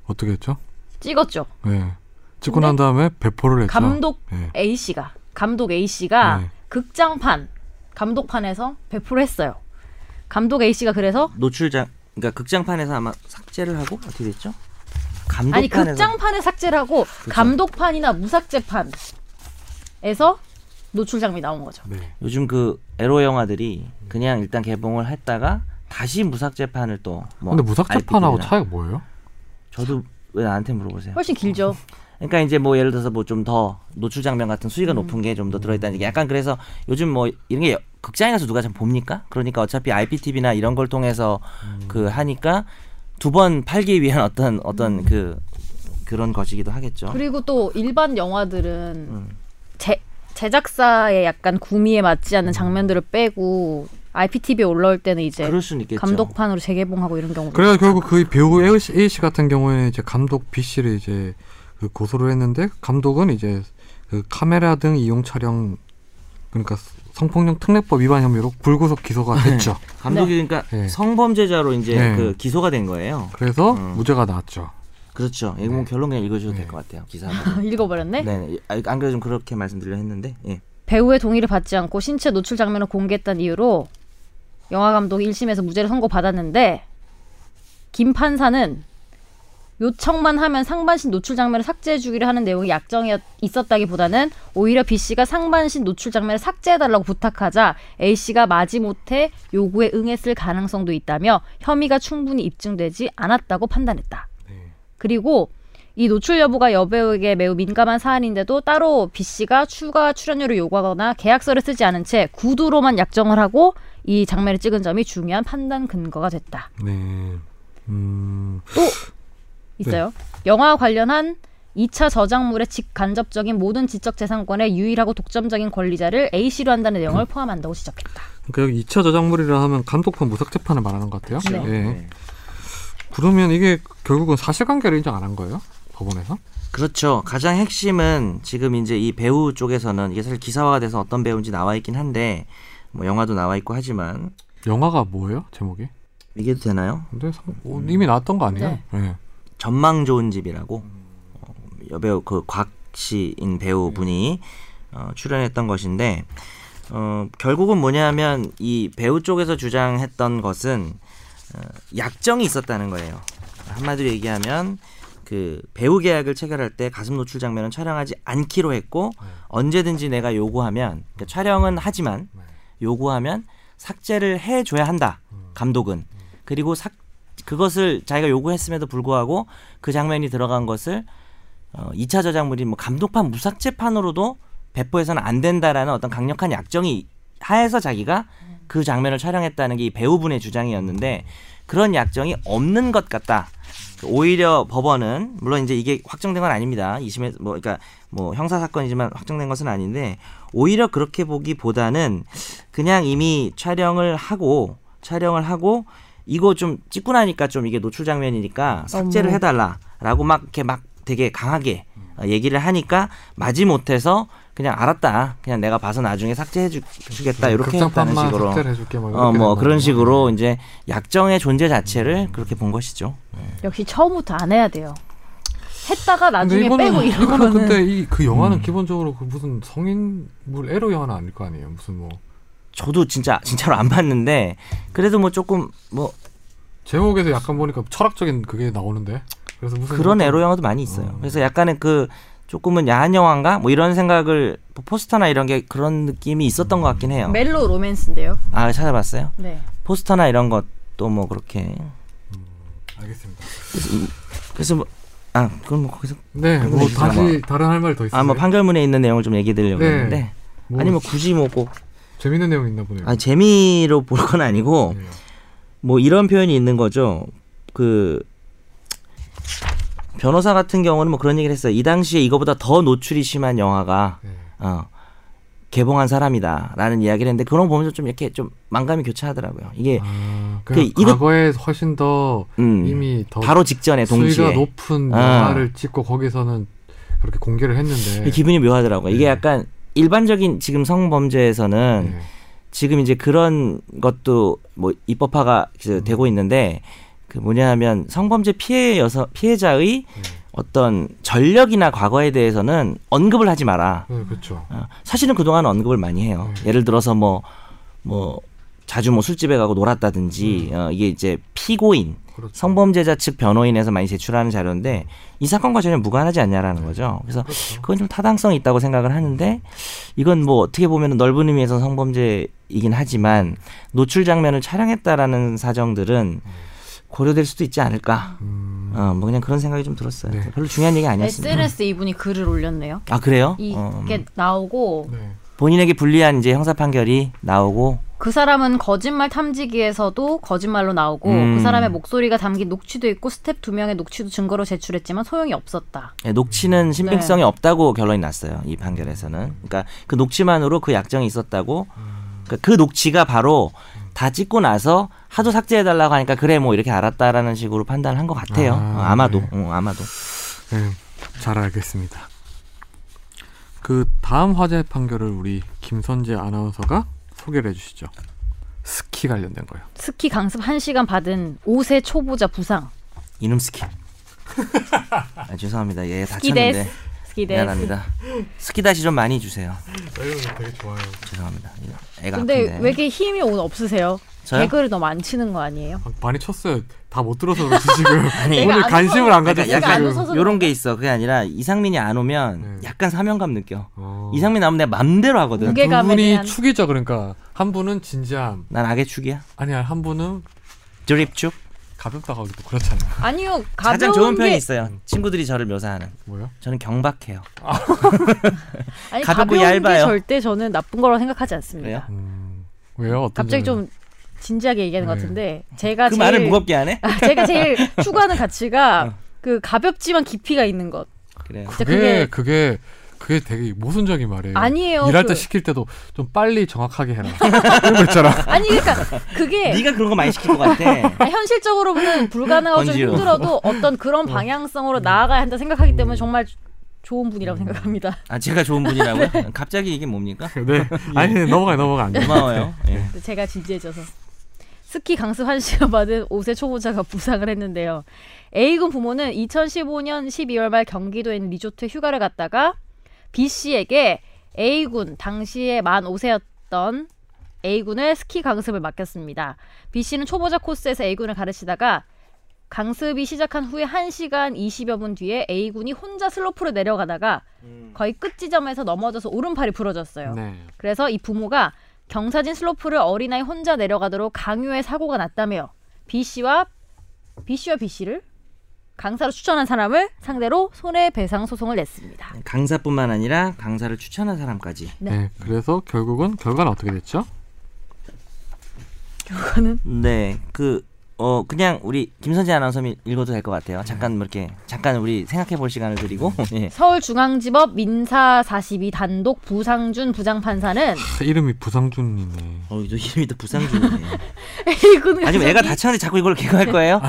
S1: 어떻게 했죠?
S3: 찍었죠.
S1: 네. 찍고 난 다음에 배포를 했죠.
S3: 감독
S1: 네.
S3: A 씨가 감독 A 씨가
S1: 네.
S3: 극장판 감독판에서 배포를 했어요. 감독 A 씨가 그래서
S2: 노출장 그러니까 극장판에서 아마 삭제를 하고 어떻게 됐죠? 감독판에서
S3: 아니 극장판에 삭제를 하고 감독판이나 무삭제판에서 노출 장면 이 나온 거죠.
S1: 네.
S2: 요즘 그 에로 영화들이 그냥 일단 개봉을 했다가 다시 무삭제판을 또 뭐,
S1: 근데 무삭제판하고
S2: IPTV 나-
S1: 차이가 뭐예요?
S2: 저도 왜 나한테 물어보세요?
S3: 훨씬 길죠.
S1: 음.
S2: 그러니까 이제 뭐 예를 들어서 뭐 좀 더 노출 장면 같은 수위가
S3: 음.
S2: 높은 게 좀 더 들어있다는 게 약간 그래서 요즘 뭐 이런 게 극장에 가서 누가 참 봅니까? 그러니까 어차피 IPTV나 이런 걸 통해서
S3: 음.
S2: 그 하니까 두 번 팔기 위한 어떤 어떤 그 그런 것이기도 하겠죠.
S3: 음.
S1: 아.
S3: 그리고 또 일반 영화들은
S1: 음.
S3: 제, 제작사의 약간 구미에 맞지
S1: 음.
S3: 않는 장면들을 빼고 IPTV에 올라올 때는 이제
S2: 그럴 수는 있겠죠.
S3: 감독판으로 재개봉하고 이런 경우도
S1: 그래서 결국 그 배우 A 씨, A 씨 같은 경우에는 이제 감독 B 씨를 이제 그 고소를 했는데 감독은 이제 그 카메라 등 이용 촬영 그러니까 성폭력 특례법 위반 혐의로 불구속 기소가 됐죠.
S2: 감독이 그러니까
S1: 네.
S2: 성범죄자로 이제
S1: 네.
S2: 그 기소가 된 거예요.
S1: 그래서
S2: 음.
S1: 무죄가 나왔죠.
S2: 그렇죠. 이거
S1: 네.
S2: 뭐 결론 그냥 읽어주셔도 될 것 같아요. 기사. 한번.
S3: 읽어버렸네.
S2: 네. 아, 안 그래도 좀 그렇게 말씀드려 했는데. 예.
S3: 배우의 동의를 받지 않고 신체 노출 장면을 공개했다는 이유로 영화 감독이 1심에서 무죄를 선고받았는데 김 판사는 요청만 하면 상반신 노출 장면을 삭제해 주기로 하는 내용이 약정이 있었다기보다는 오히려 B 씨가 상반신 노출 장면을 삭제해 달라고 부탁하자 A 씨가 마지못해 요구에 응했을 가능성도 있다며 혐의가 충분히 입증되지 않았다고 판단했다. 그리고 이 노출 여부가 여배우에게 매우 민감한 사안인데도 따로 B 씨가 추가 출연료를 요구하거나 계약서를 쓰지 않은 채 구두로만 약정을 하고 이 장면을 찍은 점이 중요한 판단 근거가 됐다.
S1: 네. 음. 네.
S3: 있어요. 영화 관련한 2차 저작물의 직간접적인 모든 지적재산권의 유일하고 독점적인 권리자를 A 씨로 한다는
S1: 음.
S3: 내용을 포함한다고 지적했다.
S1: 그러니까 여기 2차 저작물이라 하면 감독판 무삭제판을 말하는 것 같아요.
S3: 그렇죠.
S1: 예.
S2: 네.
S1: 그러면 이게 결국은 사실관계를 인정 안 한 거예요? 법원에서?
S2: 그렇죠. 가장 핵심은 지금 이제 이 배우 쪽에서는 이게 사실 기사화가 돼서 어떤 배우인지 나와 있긴 한데 뭐 영화도 나와 있고 하지만
S1: 영화가 뭐예요? 제목이?
S2: 이게 되나요?
S1: 근데 상- 어,
S3: 음.
S1: 이미 나왔던 거 아니에요?
S3: 네.
S1: 예.
S2: 전망 좋은 집이라고 어, 여배우 그 곽시인 배우분이 어, 출연했던 것인데 어, 결국은 뭐냐면 이 배우 쪽에서 주장했던 것은 어, 약정이 있었다는 거예요. 한마디로 얘기하면 그 배우 계약을 체결할 때 가슴 노출 장면은 촬영하지 않기로 했고 언제든지 내가 요구하면 그러니까 촬영은 하지만 요구하면 삭제를 해줘야 한다 감독은 그리고 삭 그것을 자기가 요구했음에도 불구하고 그 장면이 들어간 것을 어, 2차 저작물이 뭐 감독판 무삭제판으로도 배포해서는 안 된다라는 어떤 강력한 약정이 하에서 자기가 그 장면을 촬영했다는 게 이 배우분의 주장이었는데 그런 약정이 없는 것 같다. 오히려 법원은 물론 이제 이게 확정된 건 아닙니다. 2심에 뭐 그러니까 뭐 형사 사건이지만 확정된 것은 아닌데 오히려 그렇게 보기보다는 그냥 이미 촬영을 하고 촬영을 하고 이거 좀 찍고 나니까 좀 이게 노출 장면이니까 삭제를
S3: 어머.
S2: 해달라라고 막 이렇게 막 되게 강하게 어, 얘기를 하니까 마지 못해서 그냥 알았다 그냥 내가 봐서 나중에 삭제해 주- 주겠다 이렇게 했다는
S1: 극장판만
S2: 식으로
S1: 삭제를 해줄게 뭐 이렇게
S2: 어 뭐
S1: 된
S2: 그런
S1: 거죠.
S2: 식으로 이제 약정의 존재 자체를 그렇게 본 것이죠.
S3: 역시 처음부터 안 해야 돼요. 했다가 나중에
S1: 근데
S3: 빼고
S1: 이거는-
S3: 이런
S1: 이거는
S3: 거는
S1: 근데 이 그
S2: 음.
S1: 영화는 기본적으로 그 무슨 성인물 에로 영화는 아닐 거 아니에요. 무슨 뭐
S2: 저도 진짜 진짜로 안 봤는데 그래도 뭐 조금 뭐
S1: 제목에서 약간 보니까 철학적인 그게 나오는데. 그래서 무슨 뭐
S2: 그런 에로 영화도 많이 있어요. 그래서 약간의 그 조금은 야한 영화인가 뭐 이런 생각을 포스터나 이런 게 그런 느낌이 있었던 것 같긴 해요.
S3: 멜로 로맨스인데요.
S2: 아 찾아봤어요?
S3: 네.
S2: 포스터나 이런 것도 뭐 그렇게
S1: 알겠습니다.
S2: 그래서 뭐, 아 그럼 뭐 거기서
S1: 네,
S2: 방금
S1: 뭐
S2: 해주잖아.
S1: 다시 다른 할 말 더 있어요.
S2: 아 뭐 판결문에 있는 내용을 좀 얘기해 드리려고
S1: 네.
S2: 했는데
S1: 뭐
S2: 아니 뭐 굳이 뭐꼭
S1: 재밌는 내용 있나 보네요.
S2: 아 재미로 볼 건 아니고
S1: 네.
S2: 뭐 이런 표현이 있는 거죠. 그 변호사 같은 경우는 뭐 그런 얘기를 했어요. 이 당시에 이거보다 더 노출이 심한 영화가
S1: 네.
S2: 어, 개봉한 사람이다라는 이야기를 했는데 그런 거 보면서 좀 이렇게 좀 망감이 교차하더라고요. 이게
S1: 아, 그냥
S2: 예. 그 이거-
S1: 과거에 훨씬 더
S2: 음,
S1: 이미 더
S2: 바로 직전에
S1: 수위가
S2: 동시에
S1: 높은
S2: 아.
S1: 영화를 찍고 거기서는 그렇게 공개를 했는데
S2: 기분이 묘하더라고요. 이게
S1: 네.
S2: 약간 일반적인 지금 성범죄에서는
S1: 네.
S2: 지금 이제 그런 것도 뭐 입법화가 이제 되고 있는데 그 뭐냐하면 성범죄 피해 여서 피해자의 어떤 전력이나 과거에 대해서는 언급을 하지 마라.
S1: 네, 그렇죠.
S2: 어, 사실은 그동안 언급을 많이 해요. 예를 들어서 뭐 뭐 자주 뭐 술집에 가고 놀았다든지 어, 이게 이제 피고인
S1: 그렇죠.
S2: 성범죄자 측 변호인에서 많이 제출하는 자료인데 이 사건과 전혀 무관하지 않냐라는 거죠. 그래서
S1: 그렇죠.
S2: 그건 좀 타당성이 있다고 생각을 하는데 이건 뭐 어떻게 보면 넓은 의미에서 성범죄이긴 하지만 노출 장면을 촬영했다라는 사정들은 고려될 수도 있지 않을까.
S1: 음,
S2: 어, 뭐 그냥 그런 생각이 좀 들었어요.
S1: 네.
S2: 별로 중요한 얘기 아니었습니다.
S3: SNS 에 이분이 글을 올렸네요.
S2: 아 그래요?
S3: 이게
S2: 어, 음.
S3: 나오고
S1: 네.
S2: 본인에게 불리한 이제 형사 판결이 나오고
S3: 그 사람은 거짓말 탐지기에서도 거짓말로 나오고
S2: 음.
S3: 그 사람의 목소리가 담긴 녹취도 있고 스텝 두 명의 녹취도 증거로 제출했지만 소용이 없었다.
S2: 예,
S3: 네.
S2: 녹취는 신빙성이 없다고 결론이 났어요. 이 판결에서는. 그러니까 그 녹취만으로 그 약정이 있었다고. 그러니까 그 녹취가 바로 다 찍고 나서 하도 삭제해달라고 하니까 그래 뭐 이렇게 알았다라는 식으로 판단을 한 것 같아요.
S1: 아,
S2: 아, 아마도.
S1: 네.
S2: 응, 아마도.
S1: 네, 잘 알겠습니다. 그 다음 화제 판결을 우리 김선재 아나운서가 소개를 해주시죠. 스키 관련된 거요.
S3: 스키 강습 1시간 받은 5세 초보자 부상.
S2: 이놈 스키. 아, 죄송합니다. 예,
S3: 스키데스.
S2: 다쳤는데.
S3: 스키데스.
S2: 미안합니다. 스키 다시 좀 많이 주세요.
S1: 되게 좋아요.
S2: 죄송합니다. 애가
S3: 근데
S2: 아픈데.
S3: 왜 이렇게 힘이 오늘 없으세요?
S2: 네. 저요?
S3: 개그를 너무 안 치는 거 아니에요?
S1: 많이 쳤어요. 다 못 들어서 그렇지 지금. 오늘
S3: 안
S1: 관심을
S3: 웃어서-
S1: 안 가졌어요
S3: 내가 안
S1: 지금.
S3: 웃어서
S2: 그러니까 요런 게 있어. 그게 아니라 이상민이 안 오면
S1: 네.
S2: 약간 사명감 느껴.
S1: 어.
S2: 이상민 나오면 내가 맘대로 하거든.
S3: 무게- 무게감에
S1: 두 분이
S3: 대한-
S1: 축이죠 그러니까 한 분은 진지함
S2: 난 악의 축이야.
S1: 아니야 한 분은
S2: 드립축.
S1: 가볍다고 하기도 그렇잖아
S3: 아니요.
S2: 가장
S3: 가벼운
S2: 좋은 표현이
S3: 게
S2: 있어요. 친구들이 저를 묘사하는.
S1: 뭐야
S2: 저는 경박해요.
S3: 아니
S2: 가볍고
S3: 가벼운 게
S2: 얇아요.
S3: 절대 저는 나쁜 거라고 생각하지
S2: 그래요?
S3: 않습니다.
S1: 음, 왜요 어떤
S3: 갑자기
S1: 점에서?
S3: 좀 진지하게 얘기하는 것
S1: 네.
S3: 같은데 제가
S2: 그
S3: 그러니까 제일
S2: 말을 무겁게 안 해?
S3: 아, 제가 제일 추구하는 가치가 그 가볍지만 깊이가 있는 것.
S2: 그래요.
S3: 진짜
S1: 그게
S3: 그게
S1: 그게 그게 되게 모순적인 네. 말이에요
S3: 아니에요.
S1: 일할
S3: 그-
S1: 때 시킬 때도 좀 빨리 정확하게 해라 이런 거 있잖아
S3: 아니 그러니까 그게
S2: 네가 그런 거 많이 시킬 것 같아.
S3: 아니, 현실적으로 보면 불가능하고 좀
S2: 번지로.
S3: 힘들어도 어떤 그런 방향성으로 나아가야 한다 생각하기 때문에 정말 좋은 분이라고 생각합니다.
S2: 아 제가 좋은 분이라고요? 갑자기 이게 뭡니까?
S1: 네 아니 넘어가 넘어가 안돼
S2: 고마워요. 예.
S3: 네, 제가 진지해져서 스키 강습 한 시간 받은 5세 초보자가 부상을 했는데요. A군 부모는 2015년 12월 말 경기도에 있는 리조트에 휴가를 갔다가 B씨에게 A군 당시에 만 5세였던 A군의 스키 강습을 맡겼습니다. B씨는 초보자 코스에서 A군을 가르치다가 강습이 시작한 후에 1시간 20여 분 뒤에 A군이 혼자 슬로프로 내려가다가 거의 끝 지점에서 넘어져서 오른팔이 부러졌어요.
S1: 네
S3: 그래서 이 부모가 경사진 슬로프를 어린아이 혼자 내려가도록 강요해 사고가 났다며 B 씨와 B 씨와 B 씨를 강사로 추천한 사람을 상대로 손해배상 소송을 냈습니다.
S2: 강사뿐만 아니라 강사를 추천한 사람까지.
S1: 네.
S3: 네.
S1: 그래서 결국은 결과는 어떻게 됐죠
S3: 그거는
S2: 네, 그. 어 그냥 우리 김선재 아나운서 읽어도 될 것 같아요. 잠깐 뭐 이렇게 잠깐 우리 생각해 볼 시간을 드리고 예.
S3: 서울중앙지법 민사 42 단독 부상준 부장판사는
S1: 이름이 부상준이네
S2: 어, 너 이름이 또 부상중이네.
S3: A군
S2: 아니면 애가 다쳤는데 자꾸 이걸 개그할 거예요?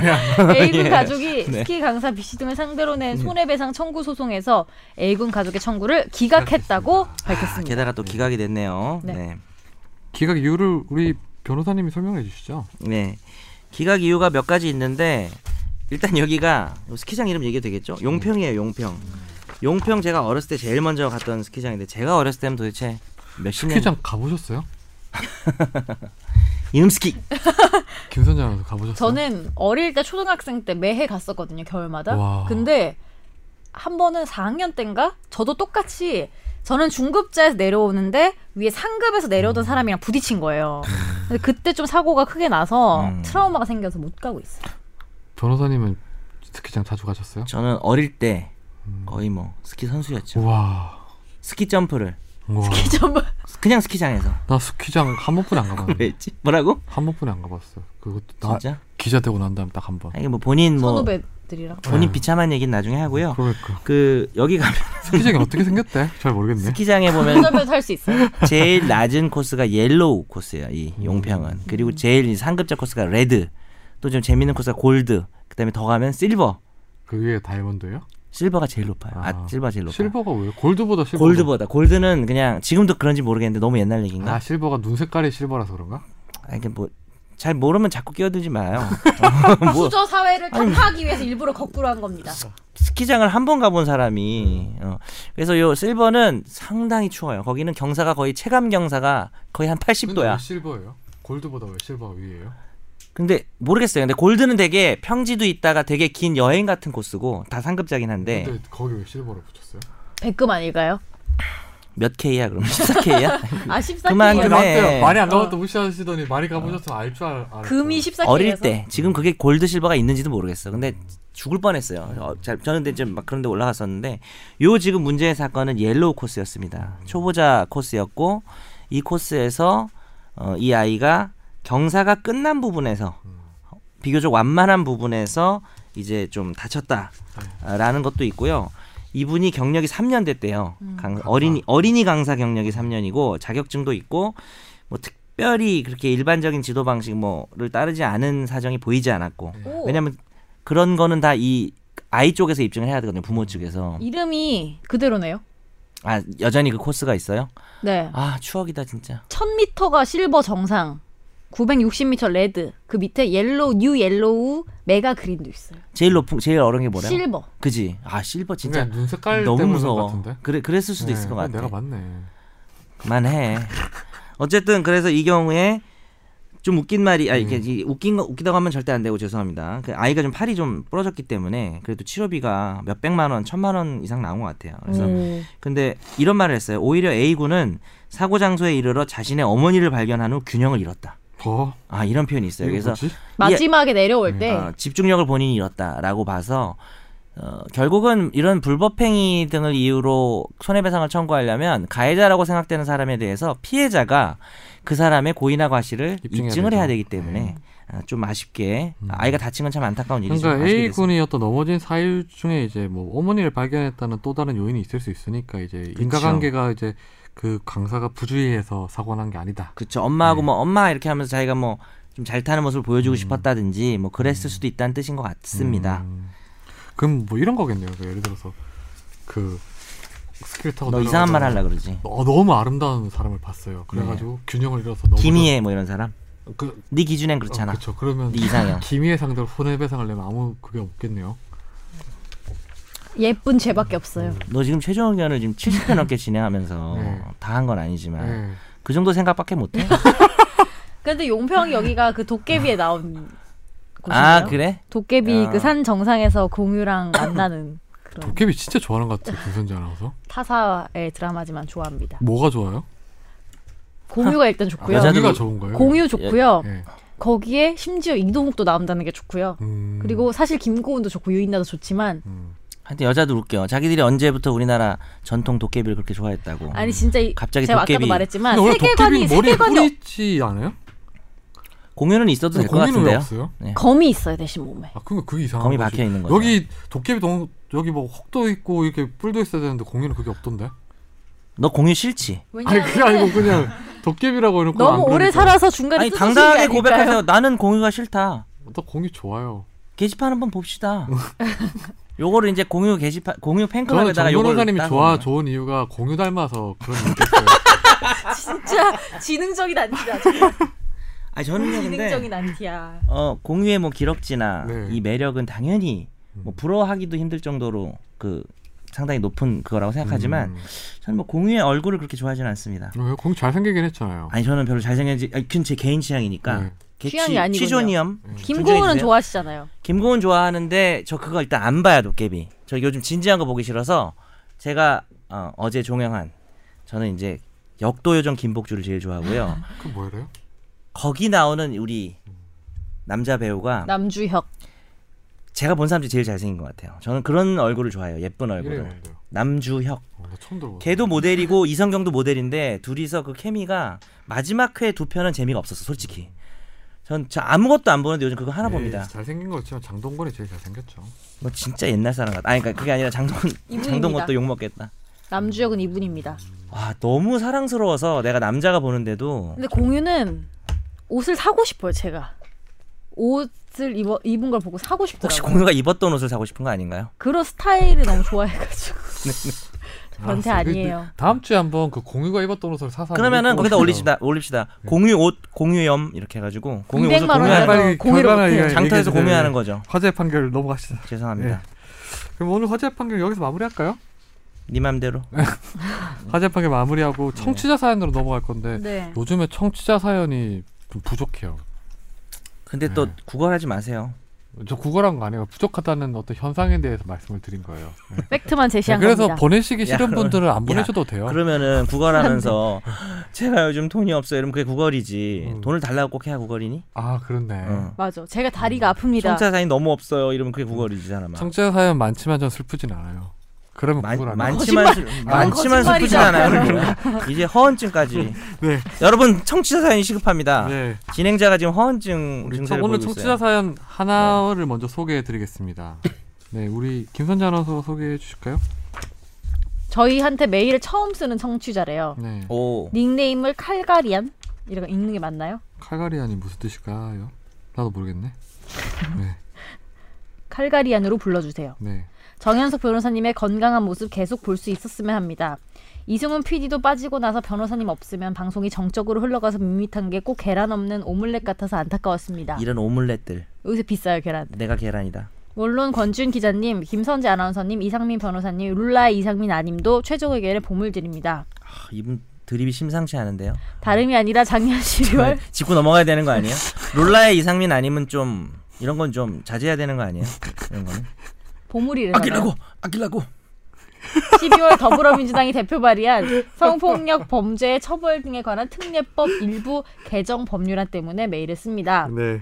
S3: A군
S2: 예.
S3: 가족이
S2: 네.
S3: 스키 강사 B 씨 등을 상대로 낸 손해배상 청구 소송에서 A군 가족의 청구를 기각했다고 밝혔습니다.
S2: 아, 게다가 또 기각이 됐네요.
S3: 네.
S2: 네.
S1: 기각 이유를 우리 변호사님이 설명해 주시죠
S2: 네. 기각 이유가 몇 가지 있는데 일단 여기가 스키장 이름
S1: 음.
S2: 얘기해도 되겠죠? 용평이에요, 용평. 용평 제가 어렸을 때 제일 먼저 갔던 스키장인데 제가 어렸을 때면 도대체 몇십 년
S1: 스키장 가보셨어요
S2: 이놈 스키.
S1: 김선재 아나운서 가보셨어요
S3: 저는 어릴 때 초등학생 때 매해 갔었거든요 겨울마다
S1: 와.
S3: 근데 한 번은 4학년 때인가 저도 똑같이 저는 중급자에서 내려오는데 위에 상급에서 내려오던
S2: 음.
S3: 사람이랑 부딪힌 거예요 근데 그때 좀 사고가 크게 나서
S2: 음.
S3: 트라우마가 생겨서 못 가고 있어요
S1: 변호사님은 스키장 자주 가셨어요
S2: 저는 어릴 때
S1: 음.
S2: 거의 뭐 스키 선수였죠.
S1: 우와
S2: 스키 점프를
S1: 우와
S2: 뭐.
S3: 정말
S2: 그냥 스키장에서
S1: 나 스키장 한 번뿐에 안 가봤는데
S2: 왜지? 뭐라고?
S1: 한 번뿐에 안 가봤어요. 그것도 나
S2: 진짜?
S1: 기자 되고 난 다음에 딱 한 번.
S2: 아, 이게 뭐 본인 뭐
S3: 선후배 것들이랑
S2: 본인
S1: 아.
S2: 비참한 얘기는 나중에 하고요.
S1: 그러니까
S2: 그 여기 가면
S1: 스키장이 어떻게 생겼대? 잘 모르겠네.
S2: 스키장에 보면
S3: 혼자면 탈수
S2: 뭐.
S3: 있어요.
S2: 제일 낮은 코스가 옐로우 코스예요. 이 용평은. 그리고 제일 이 상급자 코스가 레드. 또 좀 재밌는 코스가 골드. 그다음에 더 가면 실버.
S1: 그 위에 다이아몬드요?
S2: 실버가 제일 높아요. 아,
S1: 아,
S2: 실버가 제일 높아요.
S1: 실버가 왜요? 골드보다 실버.
S2: 골드보다 골드는 그냥 지금도 그런지 모르겠는데 너무 옛날 얘기인가?
S1: 아 실버가 눈 색깔이 실버라서 그런가?
S2: 아, 이게 뭐 잘 모르면 자꾸 끼어들지 마요. 뭐
S3: 수저 사회를 탐파하기 위해서 일부러 거꾸로 한 겁니다.
S2: 어. 스키장을 한 번 가본 사람이 어. 그래서 요 실버는 상당히 추워요. 거기는 경사가 거의 체감 경사가 거의 한 80도야.
S1: 실버예요? 골드보다 왜 실버가 위에요?
S2: 근데 모르겠어요. 근데 골드는 되게 평지도 있다가 되게 긴 여행 같은 코스고 다 상급자긴 한데
S1: 근데 거기 왜 실버를 붙였어요?
S3: 백금 아닐까요?
S2: 몇 K야 그럼 14K야?
S3: 아 14K.
S2: 그만큼
S3: 요.
S2: 해.
S1: 어, 나한테 많이 안 가봤다
S3: 어.
S1: 무시하시더니 많이 가보셨으면 알 줄 알아.
S3: 금이 14K에서
S2: 어릴 때 지금 그게 골드 실버가 있는지도 모르겠어. 근데 죽을 뻔했어요. 어, 자, 저는 근데 좀막 그런 데 올라갔었는데 요 지금 문제의 사건은 옐로우 코스였습니다. 초보자 코스였고 이 코스에서 어, 이 아이가 경사가 끝난 부분에서 비교적 완만한 부분에서 이제 좀 다쳤다라는 것도 있고요. 이분이 경력이 3년 됐대요.
S3: 음.
S2: 강- 어린이 어린이 강사 경력이 3년이고 자격증도 있고 뭐 특별히 그렇게 일반적인 지도 방식 뭐를 따르지 않은 사정이 보이지 않았고
S3: 오,
S2: 왜냐면 그런 거는 다 이 아이 쪽에서 입증을 해야 되거든요. 부모 측에서
S3: 음. 이름이 그대로네요.
S2: 아 여전히 그 코스가 있어요.
S3: 네.
S2: 아 추억이다 진짜.
S3: 1000m가 실버 정상, 960m 레드, 그 밑에 옐로우, 뉴 옐로우, 메가 그린도 있어요.
S2: 제일 높은 제일 어려운 게 뭐래요?
S3: 실버.
S2: 그지? 아 실버 진짜
S1: 진짜 눈 색깔
S2: 너무
S1: 때문인
S2: 무서워.
S1: 것 같은데.
S2: 그래 그랬을 수도
S1: 네,
S2: 있을 것
S1: 그건
S2: 같아.
S1: 내가 맞네.
S2: 만해. 어쨌든 그래서 이 경우에 좀 웃긴 말이
S1: 음.
S2: 아 이게 이 웃긴 거 웃기다고 하면 절대 안 되고 죄송합니다. 그 아이가 좀 팔이 좀 부러졌기 때문에 그래도 치료비가 몇 백만 원, 천만 원 이상 나온 것 같아요.
S3: 음.
S2: 그래서
S1: 음.
S2: 예. 근데 이런 말을 했어요. 오히려 A 군은 사고 장소에 이르러 자신의 어머니를 발견한 후 균형을 잃었다.
S1: 더
S2: 아 이런 표현이 있어요.
S1: 뭐? 이게
S2: 그래서
S1: 뭐지?
S3: 마지막에 내려올 때
S2: 어, 집중력을 본인이 잃었다라고 봐서 어, 결국은 이런 불법행위 등을 이유로 손해배상을 청구하려면 가해자라고 생각되는 사람에 대해서 피해자가 그 사람의 고의나 과실을
S1: 입증해야 되죠.
S2: 입증을
S1: 네. 음.
S2: 해야 되기 때문에 아, 좀 아쉽게 아이가 다친 건 참 안타까운 일이죠.
S1: 그러니까
S2: 아쉽게
S1: A
S2: 됐습니다.
S1: 군이 어떤 넘어진 사유 중에 이제 뭐 어머니를 발견했다는 또 다른 요인이 있을 수 있으니까 이제 인과관계가 이제 그 강사가 부주의해서 사고 난 게 아니다.
S2: 그쵸 엄마하고
S1: 네.
S2: 뭐 엄마 이렇게 하면서 자기가 뭐 좀 잘 타는 모습을 보여주고 싶었다든지 뭐 그랬을 수도 있다는 뜻인 것 같습니다.
S1: 음. 그럼 뭐 이런 거겠네요. 그 예를 들어서 그 스킬 타고
S2: 너 이상한 말
S1: 내려가다가
S2: 하려 그러지.
S1: 너- 너무 아름다운 사람을 봤어요. 그래가지고 균형을 잃어서 너무
S2: 네. 김희애 뭐 이런 사람?
S1: 그,
S2: 네 기준엔 그렇잖아.
S1: 그렇죠. 그러면
S2: 네 이상형.
S1: 김희애 상대로 손해배상을 내면 아무 그게 없겠네요.
S3: 예쁜 죄밖에 없어요.
S2: 너 지금 최종 의견을 지금 70회 넘게 진행하면서
S1: 네.
S2: 다 한 건 아니지만
S1: 네.
S2: 그 정도 생각밖에 못해?
S3: 근데 용평 여기가 그 도깨비에 나온 곳이에요.
S2: 아 그래?
S3: 도깨비
S2: 야.
S3: 그 산 정상에서 공유랑 만나는 그런
S1: 도깨비 진짜 좋아하는 것 같아요. 김선재 아나운서.
S3: 타사의 드라마지만 좋아합니다.
S1: 뭐가 좋아요?
S3: 공유가 일단
S1: 아,
S3: 좋고요.
S2: 여자들-
S1: 공유가 좋은 거예요?
S3: 공유 좋고요.
S1: 예.
S3: 거기에 심지어 이동욱도 나온다는 게 좋고요.
S1: 음.
S3: 그리고 사실 김고은도 좋고 유인나도 좋지만
S1: 음.
S2: 하여튼 여자도 웃겨 자기들이 언제부터 우리나라 전통 도깨비를 그렇게 좋아했다고
S3: 아니 진짜 이-
S2: 갑자기
S3: 제가
S2: 도깨비.
S3: 아까도 말했지만
S1: 근데 원래
S3: 세계관이
S1: 도깨비는 머리에
S3: 세계관이
S1: 뿔이 있지 않아요?
S2: 공연은 있어도 될 것
S1: 공유는 왜
S2: 같은데요?
S1: 없어요?
S2: 네.
S3: 검이 있어요 대신 몸에.
S1: 아, 그러니까 그게 이상한
S2: 검이
S1: 거지.
S2: 박혀 있는 거죠.
S1: 여기 도깨비 동 여기 뭐 혹도 있고 이렇게 뿔도 있어야 되는데 공유는 그게 없던데.
S2: 너 공유 싫지?
S1: 아니 그게 아니고 그냥 도깨비라고 해놓고
S3: 너무
S1: 안
S3: 오래
S1: 그러니까.
S3: 살아서 중간에
S2: 아니
S3: 쓰러지는
S2: 당당하게
S3: 게 아닐까요?
S2: 고백하세요 나는 공유가 싫다
S1: 나 공유 좋아요.
S2: 게시판 한번 봅시다 요거를 이제 공유 게시판 공유
S1: 저는 정
S2: 팬클럽에다가 요거를
S1: 변호사님이
S2: 딱
S1: 좋아
S2: 보면.
S1: 좋은 이유가 공유 닮아서 그런 이유 있어요.
S3: 진짜 지능적인 안티다.
S2: 아니 저는요 근데
S3: 지능적인 안티야.
S2: 어, 공유의 뭐 기럭지나
S1: 네.
S2: 이 매력은 당연히 뭐 부러워하기도 힘들 정도로 그 상당히 높은 그거라고 생각하지만 저는 뭐 공유의 얼굴을 그렇게 좋아하지는 않습니다.
S1: 왜 공유 잘 생기긴 했잖아요.
S2: 아니 저는 별로 잘생긴지 아니 그건 제 개인 취향이니까
S1: 네.
S2: 개
S3: 취향이
S2: 취-
S3: 아니군요.
S2: 취존이염
S3: 김고은은
S2: 존중해주세요.
S3: 좋아하시잖아요.
S2: 김고은 좋아하는데 저 그거 일단 안 봐요 도깨비 저 요즘 진지한 거 보기 싫어서 제가 어, 어제 종영한 저는 이제 역도 요정 김복주를 제일 좋아하고요
S1: 그 뭐래요?
S2: 거기 나오는 우리 남자 배우가
S3: 남주혁.
S2: 제가 본 사람 중에 제일 잘생긴 것 같아요 저는 그런 얼굴을 좋아해요 예쁜
S1: 이래
S2: 얼굴을
S1: 뭔데요?
S2: 남주혁
S1: 어, 나 처음 들어봐.
S2: 걔도 모델이고 이성경도 모델인데 둘이서 그 케미가 마지막 회 두 편은 재미가 없었어 솔직히 전, 저 아무것도 안 보는데 요즘 그거 하나
S1: 네.
S2: 봅니다.
S1: 잘생긴 거 있지만 장동건이 제일 잘생겼죠.
S2: 뭐 진짜 옛날 사람 같아. 아니 그러니까 그게 아니라 장동
S3: 이분입니다.
S2: 장동것도 욕 먹겠다.
S3: 남주혁은 이분입니다.
S2: 와 너무 사랑스러워서 내가 남자가 보는데도
S3: 근데 공유는 옷을 사고 싶어요, 제가. 옷을 입어, 입은 걸 보고 사고
S2: 혹시
S3: 싶더라고요.
S2: 공유가 입었던 옷을 사고 싶은 거 아닌가요?
S3: 그런 스타일을 너무 좋아해가지고.
S2: 네,
S3: 변태
S1: 알았어.
S3: 아니에요.
S1: 그- 다음 주에 한번 그 공유가 입었던 옷을 사서 한번
S2: 그러면은
S1: 입고
S2: 거기다
S1: 오시죠.
S2: 올립시다. 올립시다.
S1: 네.
S2: 공유 옷, 공유염 이렇게 해가지고 공유 옷을
S3: 200만 원짜리
S2: 공유하는
S3: 하는
S1: 빨리
S3: 공유로
S1: 결과나
S3: 볼게요.
S1: 얘기-
S2: 장터에서
S1: 네, 얘기해주세요.
S2: 공유하는 거죠.
S1: 네. 화재 판결 넘어가시다.
S2: 죄송합니다.
S1: 네. 그럼 오늘 화재 판결 여기서 마무리할까요?
S2: 네 맘대로.
S1: 화재 판결 마무리하고
S2: 네.
S1: 청취자 사연으로 넘어갈 건데
S3: 네.
S1: 요즘에 청취자 사연이 좀 부족해요.
S2: 근데 또
S1: 네.
S2: 구걸하지 마세요.
S1: 저 구걸한 거 아니에요. 부족하다는 어떤 현상에 대해서 말씀을 드린 거예요. 네.
S3: 팩트만 제시한
S1: 그래서
S3: 겁니다.
S1: 보내시기
S2: 야,
S1: 싫은
S2: 그럼-
S1: 분들은 안
S2: 야,
S1: 보내셔도 돼요.
S2: 그러면은 구걸하면서 제가 요즘 돈이 없어요. 이러면 그게 구걸이지.
S1: 음.
S2: 돈을 달라고 꼭 해야 구걸이니?
S1: 아 그렇네.
S2: 어.
S3: 맞아. 제가 다리가 아픕니다.
S2: 청자사인 너무 없어요. 이러면 그게 구걸이지 사람아.
S1: 청취자 사연 많지만 전 슬프진 않아요. 그러면
S2: 많,
S1: 구걸 안 해요.
S2: 많지만 슬- 많지만
S3: 거짓말이다.
S2: 슬프진 않아요. 그러니까. 이제 허언증까지.
S1: 네.
S2: 여러분 청취자 사연이 시급합니다.
S1: 네.
S2: 진행자가 지금 허언증
S1: 우리
S2: 증세를
S1: 청,
S2: 보이고
S1: 오늘
S2: 있어요.
S1: 청취자 사연 하나를 먼저 소개해드리겠습니다. 네, 우리 김선재 아나운서 소개해 주실까요?
S3: 저희한테 메일을 처음 쓰는
S2: 어,
S3: 청취자래요.
S1: 네.
S2: 오.
S3: 닉네임을 칼가리안? 이런 거 읽는 게 맞나요?
S1: 칼가리안이 무슨 뜻일까요? 나도 모르겠네.
S3: 칼가리안으로 불러주세요.
S1: 네.
S3: 정현석 변호사님의 건강한 모습 계속 볼 수 있었으면 합니다. 이승훈 PD도 빠지고 나서 변호사님 없으면 방송이 정적으로 흘러가서 밋밋한 게 꼭 계란 없는 오믈렛 같아서 안타까웠습니다.
S2: 이런 오믈렛들.
S3: 요새 비싸요 계란.
S2: 내가 계란이다.
S3: 물론 권준 기자님, 김선재 아나운서님, 이상민 변호사님, 룰라의 이상민 아님도 최종 의견에 보물 드립니다.
S2: 아, 이분 드립이 심상치 않은데요.
S3: 다름이 아니라 작년 12월
S2: 네, 짚고 넘어가야 되는 거 아니에요? 롤라의 이상민 아니면 좀 이런 건 좀 자제해야 되는 거 아니에요? 이런 거는.
S3: 보물이래요.
S2: 아끼려고.
S3: 12월 더불어민주당이 대표 발의한 성폭력 범죄 처벌 등에 관한 특례법 일부 개정 법률안 때문에 메일을 씁니다.
S1: 네.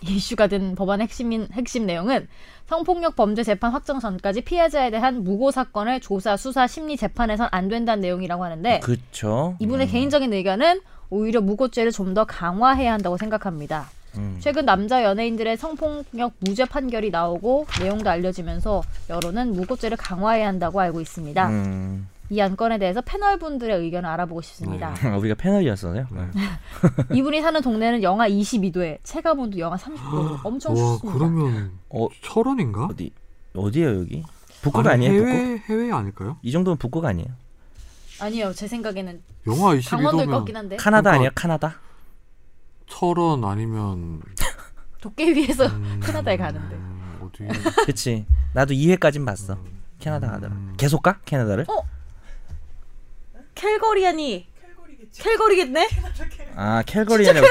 S3: 이슈가 된 법안 핵심인 핵심 내용은 성폭력 범죄 재판 확정 전까지 피해자에 대한 무고 사건을 조사 수사 심리 재판에선 안 된다는 내용이라고 하는데
S2: 그쵸. 음.
S3: 네. 이분의 개인적인 의견은 오히려 무고죄를 좀 더 강화해야 한다고 생각합니다.
S2: 음.
S3: 최근 남자 연예인들의 성폭력 무죄 판결이 나오고 내용도 알려지면서 여론은 무고죄를 강화해야 한다고 알고 있습니다.
S2: 음.
S3: 이 안건에 대해서 패널분들의 의견을 알아보고 싶습니다.
S1: 네.
S2: 우리가 패널이었어요.
S3: 이분이 사는 동네는 영하 22도에 체감온도 영하 30도 엄청
S1: 와,
S3: 춥습니다.
S1: 그러면
S2: 어
S1: 철원인가?
S2: 어디 어디예요 여기? 북극 아니, 에요 북극?
S1: 해외 해외 아닐까요?
S2: 이 정도면 북극 아니에요?
S3: 아니요, 제 생각에는
S1: 영하
S3: 강원도일 것 같긴
S1: 22도면
S3: 한데
S2: 카나다
S1: 그러니까-
S2: 아니에요? 카나다?
S1: 철원 아니면
S3: 도깨 위에서
S1: 음,
S3: 캐나다에 가는데.
S1: 음, 어디?
S2: 그치. 나도 2회까진 봤어. 캐나다 가더라. 계속 가? 캐나다를?
S3: 어? 캘거리아니 캘거리겠네?
S2: 아 캘거리에는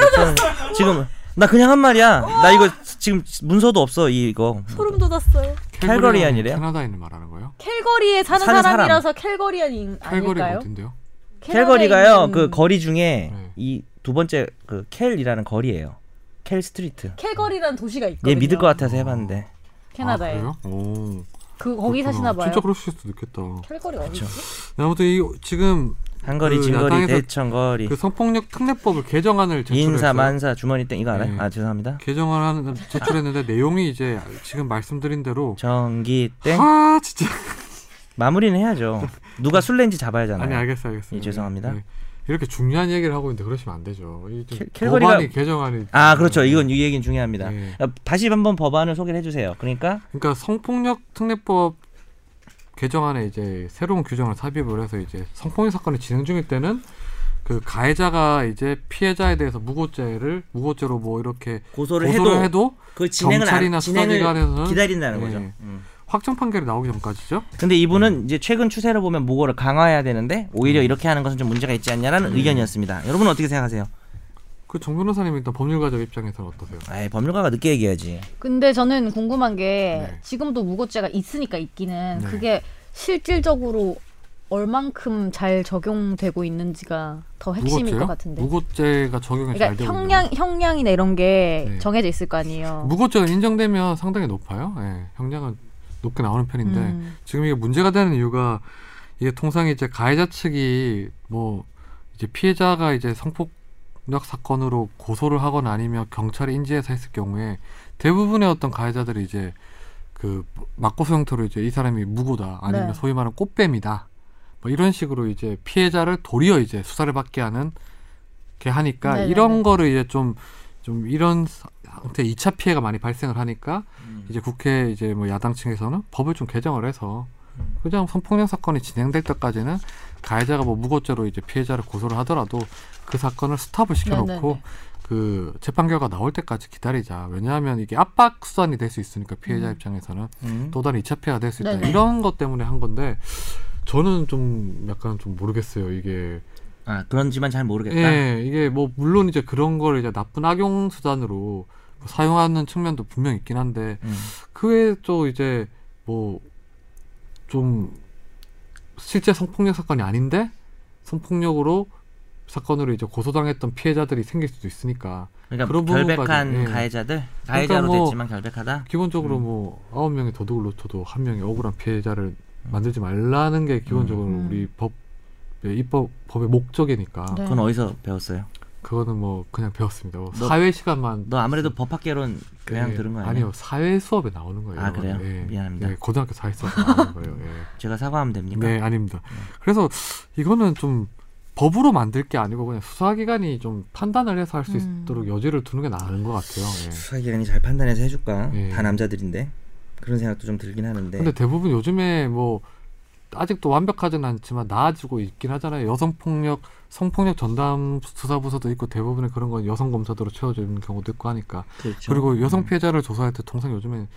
S2: 지금 나 그냥 한 말이야. 나 이거 지금 문서도 없어 이거.
S3: 소름 돋았어요.
S2: 캘거리 아니래요?
S1: 캐나다인을 말하는 거예요?
S3: 캘거리에 사는,
S2: 사는 사람.
S3: 사람이라서 캘거리안이
S1: 캘거리가
S3: 아닐까요?
S1: 어딘데요?
S2: 캘거리가요.
S3: 캐나다에 있는-
S2: 그 거리 중에
S1: 네.
S2: 이 두 번째 그 캘이라는 거리예요. 캘 스트리트.
S3: 캘거리라는 도시가 있거든요.
S2: 얘 믿을 것 같아서 해봤는데.
S1: 아,
S3: 캐나다에
S1: 그래요? 오.
S3: 그 거기
S1: 그렇구나.
S3: 사시나 봐요.
S1: 진짜 그러실 수도 있겠다.
S3: 캘거리 어디지?
S1: 네, 아무튼 이 지금
S2: 한거리,
S1: 그
S2: 진거리,
S1: 야당에서
S2: 대천거리,
S1: 그 성폭력 특례법을 개정안을 제출했어요.
S2: 예. 인사, 만사, 주머니 땡 이거 알아요?
S1: 네.
S2: 아 죄송합니다.
S1: 개정안을 제출했는데 내용이 이제 지금 말씀드린 대로
S2: 전기 땡
S1: 아 진짜
S2: 마무리는 해야죠. 누가 술래인지
S1: 아니
S2: 잡아야잖아요.
S1: 알겠어 알겠어.
S2: 예, 죄송합니다.
S1: 이렇게 중요한 얘기를 하고 있는데 그러시면 안 되죠. 이좀
S2: 캘- 캘거리가-
S1: 법안이 개정안이
S2: 아 그렇죠. 이건 이 얘기는 중요합니다.
S1: 예.
S2: 아, 다시 한번 법안을 소개해 주세요. 그러니까
S1: 그러니까 성폭력 특례법 개정안에 이제 새로운 규정을 삽입을 해서 이제 성폭력 사건이 진행 중일 때는 그 가해자가 이제 피해자에 대해서 무고죄를 무고죄로 뭐 이렇게
S2: 고소를,
S1: 고소를 해도
S2: 그
S1: 경찰이나 수사기관에서는
S2: 기다린다는
S1: 예.
S2: 거죠. 음.
S1: 확정 판결이 나오기 전까지죠.
S2: 근데 이분은 이제 최근 추세를 보면 모고를 강화해야 되는데 오히려 이렇게 하는 것은 좀 문제가 있지 않냐라는 의견이었습니다. 여러분은 어떻게 생각하세요?
S1: 그 정 변호사님 일단 법률가적 입장에서는 어떠세요?
S2: 아이 법률가가 늦게 얘기해야지.
S3: 근데 저는 궁금한 게
S1: 네.
S3: 지금도 무고죄가 있으니까 있기는
S1: 네.
S3: 그게 실질적으로 얼만큼 잘 적용되고 있는지가 더 핵심일
S1: 무고죄요?
S3: 것 같은데.
S1: 무고죄가 적용이 잘
S3: 그러니까
S1: 되고 있나요?
S3: 형량 형량이나 이런 게
S1: 네.
S3: 정해져 있을 거 아니에요.
S1: 무고죄가 인정되면 상당히 높아요. 예, 형량은 높게 나오는 편인데
S3: 음.
S1: 지금 이게 문제가 되는 이유가 이게 통상 이제 가해자 측이 뭐 이제 피해자가 이제 성폭 폭력 사건으로 고소를 하거나 아니면 경찰이 인지해서 했을 경우에 대부분의 어떤 가해자들이 이제 그 막고소 형태로 이제 이 사람이 무고다 아니면
S3: 네.
S1: 소위 말하는 꽃뱀이다 뭐 이런 식으로 이제 피해자를 도리어 이제 수사를 받게 하는 게 하니까
S3: 네네네.
S1: 이런 거를 이제 좀 좀 이런 사- 상태 2차 피해가 많이 발생을 하니까 이제 국회 이제 뭐 야당 층에서는 법을 좀 개정을 해서
S2: 음.
S1: 그냥 성폭력 사건이 진행될 때까지는 가해자가 뭐 무고죄로 이제 피해자를 고소를 하더라도 그 사건을 스탑을 시켜놓고
S3: 네네네.
S1: 그 재판 결과 나올 때까지 기다리자. 왜냐하면 이게 압박 수단이 될 수 있으니까 피해자
S3: 음.
S1: 입장에서는
S2: 음.
S1: 또 다른 이차 피해가 될 수 있다.
S3: 네네.
S1: 이런 것 때문에 한 건데 저는 좀 약간 좀 모르겠어요. 이게
S2: 아 그런지만 잘 모르겠다.
S1: 예, 이게 뭐 물론 이제 그런 걸 이제 나쁜 악용 수단으로 뭐 사용하는 측면도 분명 있긴 한데
S2: 음.
S1: 그 외에 또 이제 뭐 좀 실제 성폭력 사건이 아닌데 성폭력으로 사건으로 이제 고소당했던 피해자들이 생길 수도 있으니까
S2: 그러니까
S1: 그런 부분까지,
S2: 결백한
S1: 예.
S2: 가해자들 가해자로
S1: 뭐-
S2: 됐지만 결백하다. 음.
S1: 기본적으로 뭐 아홉 명이 도둑을 놓쳐도 한 명이 억울한 피해자를
S2: 음.
S1: 만들지 말라는 게 기본적으로
S3: 음.
S1: 우리 법 예, 입법 법의 목적이니까
S3: 네.
S2: 그건 어디서 배웠어요?
S1: 그거는 뭐 그냥 배웠습니다. 뭐
S2: 너-
S1: 사회 시간만
S2: 너 아무래도 법학개론 교양
S1: 예,
S2: 들은 거 아니에요?
S1: 아니요 사회 수업에 나오는 거예요.
S2: 아,
S1: 이런
S2: 그래요?
S1: 거는. 예,
S2: 미안합니다.
S1: 예, 고등학교 사회 수업에 나오는 거예요. 예.
S2: 제가 사과하면 됩니까?
S1: 네, 아닙니다. 그래서 이거는 좀 법으로 만들 게 아니고 그냥 수사기관이 좀 판단을 해서 할 수
S3: 음.
S1: 있도록 여지를 두는 게 나은 것 같아요. 예.
S2: 수사기관이 잘 판단해서 해줄까?
S1: 예.
S2: 다 남자들인데 그런 생각도 좀 들긴 하는데.
S1: 근데 대부분 요즘에 뭐 아직도 완벽하진 않지만 나아지고 있긴 하잖아요. 여성 폭력, 성폭력 전담 수사 부서도 있고 대부분의 그런 건 여성 검사들로 채워지는 경우도 있고 하니까
S2: 그렇죠.
S1: 그리고 여성
S2: 음.
S1: 피해자를 조사할 때 통상 요즘에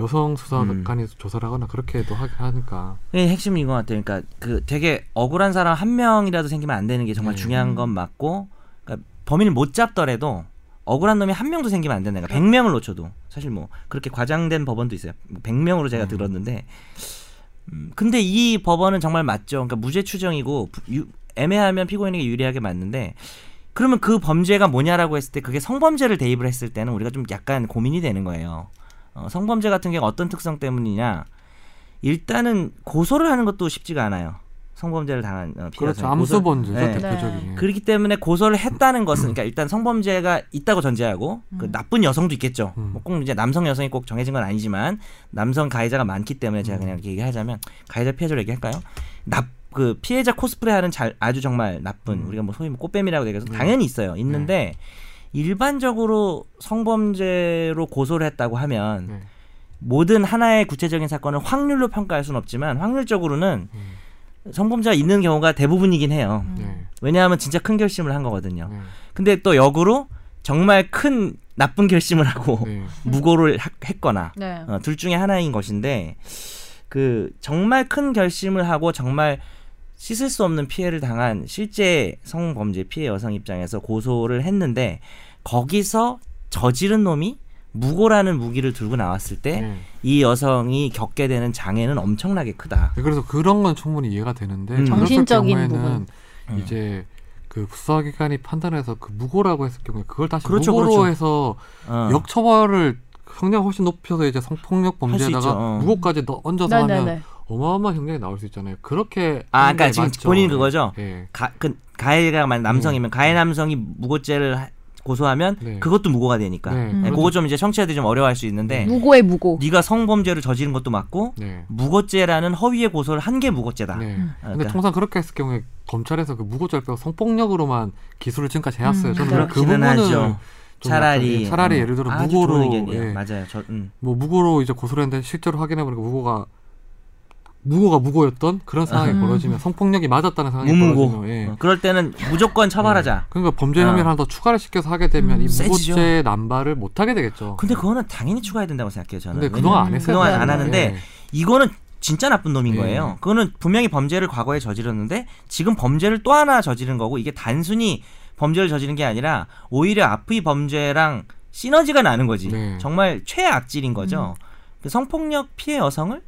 S1: 여성 수사관이 조사를 하거나 그렇게도 하- 하니까
S2: 예, 핵심인 것 같아요. 그러니까 그 되게 억울한 사람 한 명이라도 생기면 안 되는 게 정말
S1: 네.
S2: 중요한 건 맞고 그러니까 범인을 못 잡더라도 억울한 놈이 한 명도 생기면 안 된다. 그러니까 100명을 놓쳐도 사실 뭐 그렇게 과장된 법원도 있어요. 뭐 100명으로 제가
S1: 음.
S2: 들었는데 음, 근데 이 법원은 정말 맞죠. 그러니까 무죄 추정이고 부- 유- 애매하면 피고인에게 유리하게 맞는데 그러면 그 범죄가 뭐냐라고 했을 때 그게 성범죄를 대입을 했을 때는 우리가 좀 약간 고민이 되는 거예요. 어, 성범죄 같은 경우 어떤 특성 때문이냐? 일단은 고소를 하는 것도 쉽지가 않아요. 성범죄를 당한 어, 피해자
S1: 그렇죠. 암수범죄죠
S2: 네.
S1: 대표적인. 예.
S2: 그렇기 때문에 고소를 했다는 것은 그러니까 일단 성범죄가 있다고 전제하고 그
S3: 음.
S2: 나쁜 여성도 있겠죠.
S1: 음.
S2: 뭐꼭 이제 남성 여성이 꼭 정해진 건 아니지만 남성 가해자가 많기 때문에
S1: 음.
S2: 제가 그냥 이렇게 얘기하자면 가해자 피해자로 얘기할까요? 나 그 피해자 코스프레하는 잘 아주 정말 나쁜
S1: 음.
S2: 우리가 뭐 소위 뭐 꽃뱀이라고 얘기해서
S1: 네.
S2: 당연히 있어요. 있는데 일반적으로 성범죄로 고소를 했다고 하면
S1: 네.
S2: 모든 하나의 구체적인 사건을 확률로 평가할 수는 없지만 확률적으로는
S1: 음.
S2: 성범죄가 있는 경우가 대부분이긴 해요.
S3: 음.
S1: 네.
S2: 왜냐하면 진짜 큰 결심을 한 거거든요.
S1: 네.
S2: 근데 또 역으로 정말 큰 나쁜 결심을 하고
S1: 네.
S2: 무고를 하- 했거나
S3: 네.
S2: 어, 둘 중에 하나인 것인데 그 정말 큰 결심을 하고 정말 씻을 수 없는 피해를 당한 실제 성범죄 피해 여성 입장에서 고소를 했는데 거기서 저지른 놈이 무고라는 무기를 들고 나왔을 때 이
S1: 네.
S2: 여성이 겪게 되는 장애는 엄청나게 크다.
S1: 네, 그래서 그런 건 충분히 이해가 되는데
S2: 음. 네.
S1: 그랬을
S3: 정신적인
S1: 경우에는
S2: 부분.
S1: 이제 그 수사기관이 판단해서 그 무고라고 했을 경우에 그걸 다시
S2: 그렇죠,
S1: 무고로
S2: 그렇죠.
S1: 해서
S2: 어.
S1: 역처벌을 형량 훨씬 높여서 이제 성폭력
S2: 있죠, 어.
S1: 범죄에다가 무고까지 넣- 얹어서 하면
S3: 네네네.
S1: 어마어마한 형량이 나올 수 있잖아요. 그렇게
S2: 아,
S1: 하는
S2: 그러니까
S1: 게
S2: 지금
S1: 맞죠.
S2: 본인 그거죠?
S1: 예.
S2: 가, 그, 가해가 만 남성이면 가해 남성이 무고죄를 하- 고소하면
S1: 네.
S2: 그것도 무고가 되니까.
S1: 네,
S2: 네,
S3: 음.
S2: 그거 좀 이제 청취자들이 좀 어려워할 수 있는데
S3: 무고의 무고.
S2: 네가 성범죄를 저지른 것도 맞고
S1: 네.
S2: 무고죄라는 허위의 고소를 한 게 무고죄다.
S1: 네. 근데
S2: 그러니까.
S1: 통상 그렇게 했을 경우에 검찰에서 그 무고죄를 빼고 성폭력으로만 기소를 지금까지 해왔어요.
S3: 음.
S1: 저는 그 부분은
S2: 하죠.
S1: 좀 약간,
S2: 차라리
S1: 예, 차라리
S2: 어,
S1: 예를 들어
S2: 아주
S1: 무고로
S2: 좋은 의견이에요.
S1: 예.
S2: 맞아요. 저, 음.
S1: 뭐 무고로 이제 고소를 했는데 실제로 확인해보니까 무고가 무고가 무고였던 그런 상황이
S3: 음.
S1: 벌어지면 성폭력이 맞았다는 상황이
S2: 무무고.
S1: 벌어지면 예.
S2: 어, 그럴 때는 무조건 처벌하자.
S1: 그러니까 범죄 혐의를
S2: 어.
S1: 하나 더 추가를 시켜서 하게 되면
S3: 음.
S1: 이
S2: 세지죠.
S1: 무고죄 남발을 못 하게 되겠죠.
S2: 근데 그거는 당연히 추가해야 된다고 생각해요. 저는.
S1: 네. 근데
S2: 왜냐면
S1: 그동안 안 했어요.
S2: 그동안 안 하는데 이거는 진짜 나쁜 놈인
S1: 예.
S2: 거예요. 그거는 분명히 범죄를 과거에 저질렀는데 지금 범죄를 또 하나 저지른 거고 이게 단순히 범죄를 저지른 게 아니라 오히려 앞의 범죄랑 시너지가 나는 거지.
S1: 네.
S2: 정말 최악질인 거죠. 그 성폭력 피해 여성을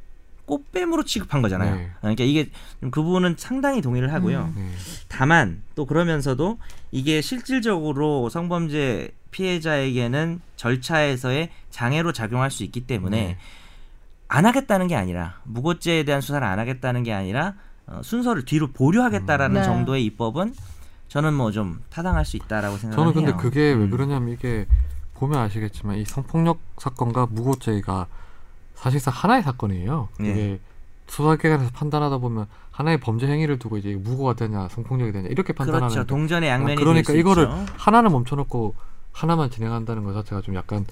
S2: 꽃뱀으로 취급한 거잖아요.
S1: 네.
S2: 그러니까 이게 좀 그 부분은 상당히 동의를 하고요.
S3: 음.
S1: 예,
S2: 다만 또 그러면서도 이게 실질적으로 성범죄 피해자에게는 절차에서의 장애로 작용할 수 있기 때문에
S1: 네.
S2: 안 하겠다는 게 아니라 무고죄에 대한 수사를 안 하겠다는 게 아니라 어, 순서를 뒤로 보류하겠다라는
S3: 음. 네.
S2: 정도의 입법은 저는 뭐 좀 타당할 수 있다라고
S1: 저는
S2: 생각해요.
S1: 근데 그게 왜
S2: 음.
S1: 그러냐면 이게 보면 아시겠지만 이 성폭력 사건과 무고죄가 사실상 하나의 사건이에요.
S2: 예.
S1: 이게 수사기관에서 판단하다 보면 하나의 범죄 행위를 두고 이제 무고가 되냐 성폭력이 되냐 이렇게 판단하는
S2: 그렇죠. 동전의 양면이 될
S1: 그러니까
S2: 수
S1: 이거를
S2: 있죠.
S1: 하나는 멈춰놓고 하나만 진행한다는 것 자체가 좀 약간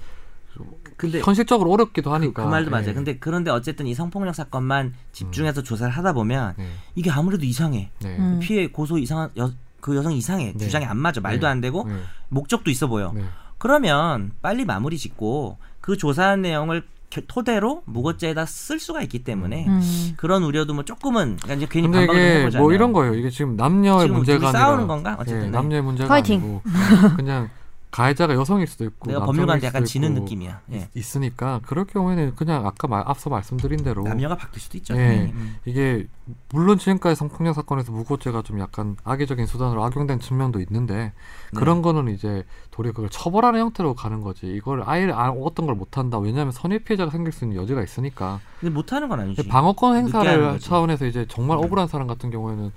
S1: 그
S2: 근데
S1: 현실적으로 어렵기도 하니까
S2: 네. 그 말도
S1: 예.
S2: 맞아요. 근데 그런데 어쨌든 이 성폭력 사건만
S1: 음.
S2: 집중해서 조사를 하다 보면
S1: 네.
S2: 이게 아무래도 이상해.
S1: 네.
S3: 음.
S2: 피해 고소 이상한 여, 그 여성 이상해.
S1: 네.
S2: 주장이 안 맞아. 말도
S1: 네.
S2: 안 되고
S1: 네.
S2: 목적도 있어 보여.
S1: 네.
S2: 그러면 빨리 마무리 짓고 그 조사한 내용을 겨- 토대로 무고죄에다 쓸 수가 있기 때문에
S3: 음.
S2: 그런 우려도 뭐 조금은 그러니까 이제 괜히
S1: 근데
S2: 반박을 좀
S1: 이게
S2: 해보자면
S1: 뭐 이런 거예요. 이게 지금 남녀의
S2: 지금 둘이
S1: 문제가 아니라
S2: 싸우는 건가? 어쨌든
S1: 예,
S2: 네.
S1: 남녀의 문제가
S3: 파이팅.
S1: 아니고 그냥 가해자가 여성일 수도 있고
S2: 내가
S1: 남성일
S2: 법률가한테
S1: 수도
S2: 약간 지는
S1: 있고
S2: 느낌이야. 예.
S1: 있으니까 그럴 경우에는 그냥 아까 말, 앞서 말씀드린 대로
S2: 남녀가 바뀔 수도 있죠.
S1: 예.
S2: 네. 음.
S1: 이게 물론 지금까지 성폭력 사건에서 무고죄가 좀 약간 악의적인 수단으로 악용된 측면도 있는데
S2: 네.
S1: 그런 거는 이제 도리어 그걸 처벌하는 형태로 가는 거지 이걸 아예 아- 어떤 걸 못한다 왜냐하면 선의 피해자가 생길 수 있는 여지가 있으니까
S2: 근데 못하는 건 아니지.
S1: 방어권
S2: 늦게 하는
S1: 행사를
S2: 거지.
S1: 차원에서 이제 정말
S2: 음.
S1: 억울한 사람 같은 경우에는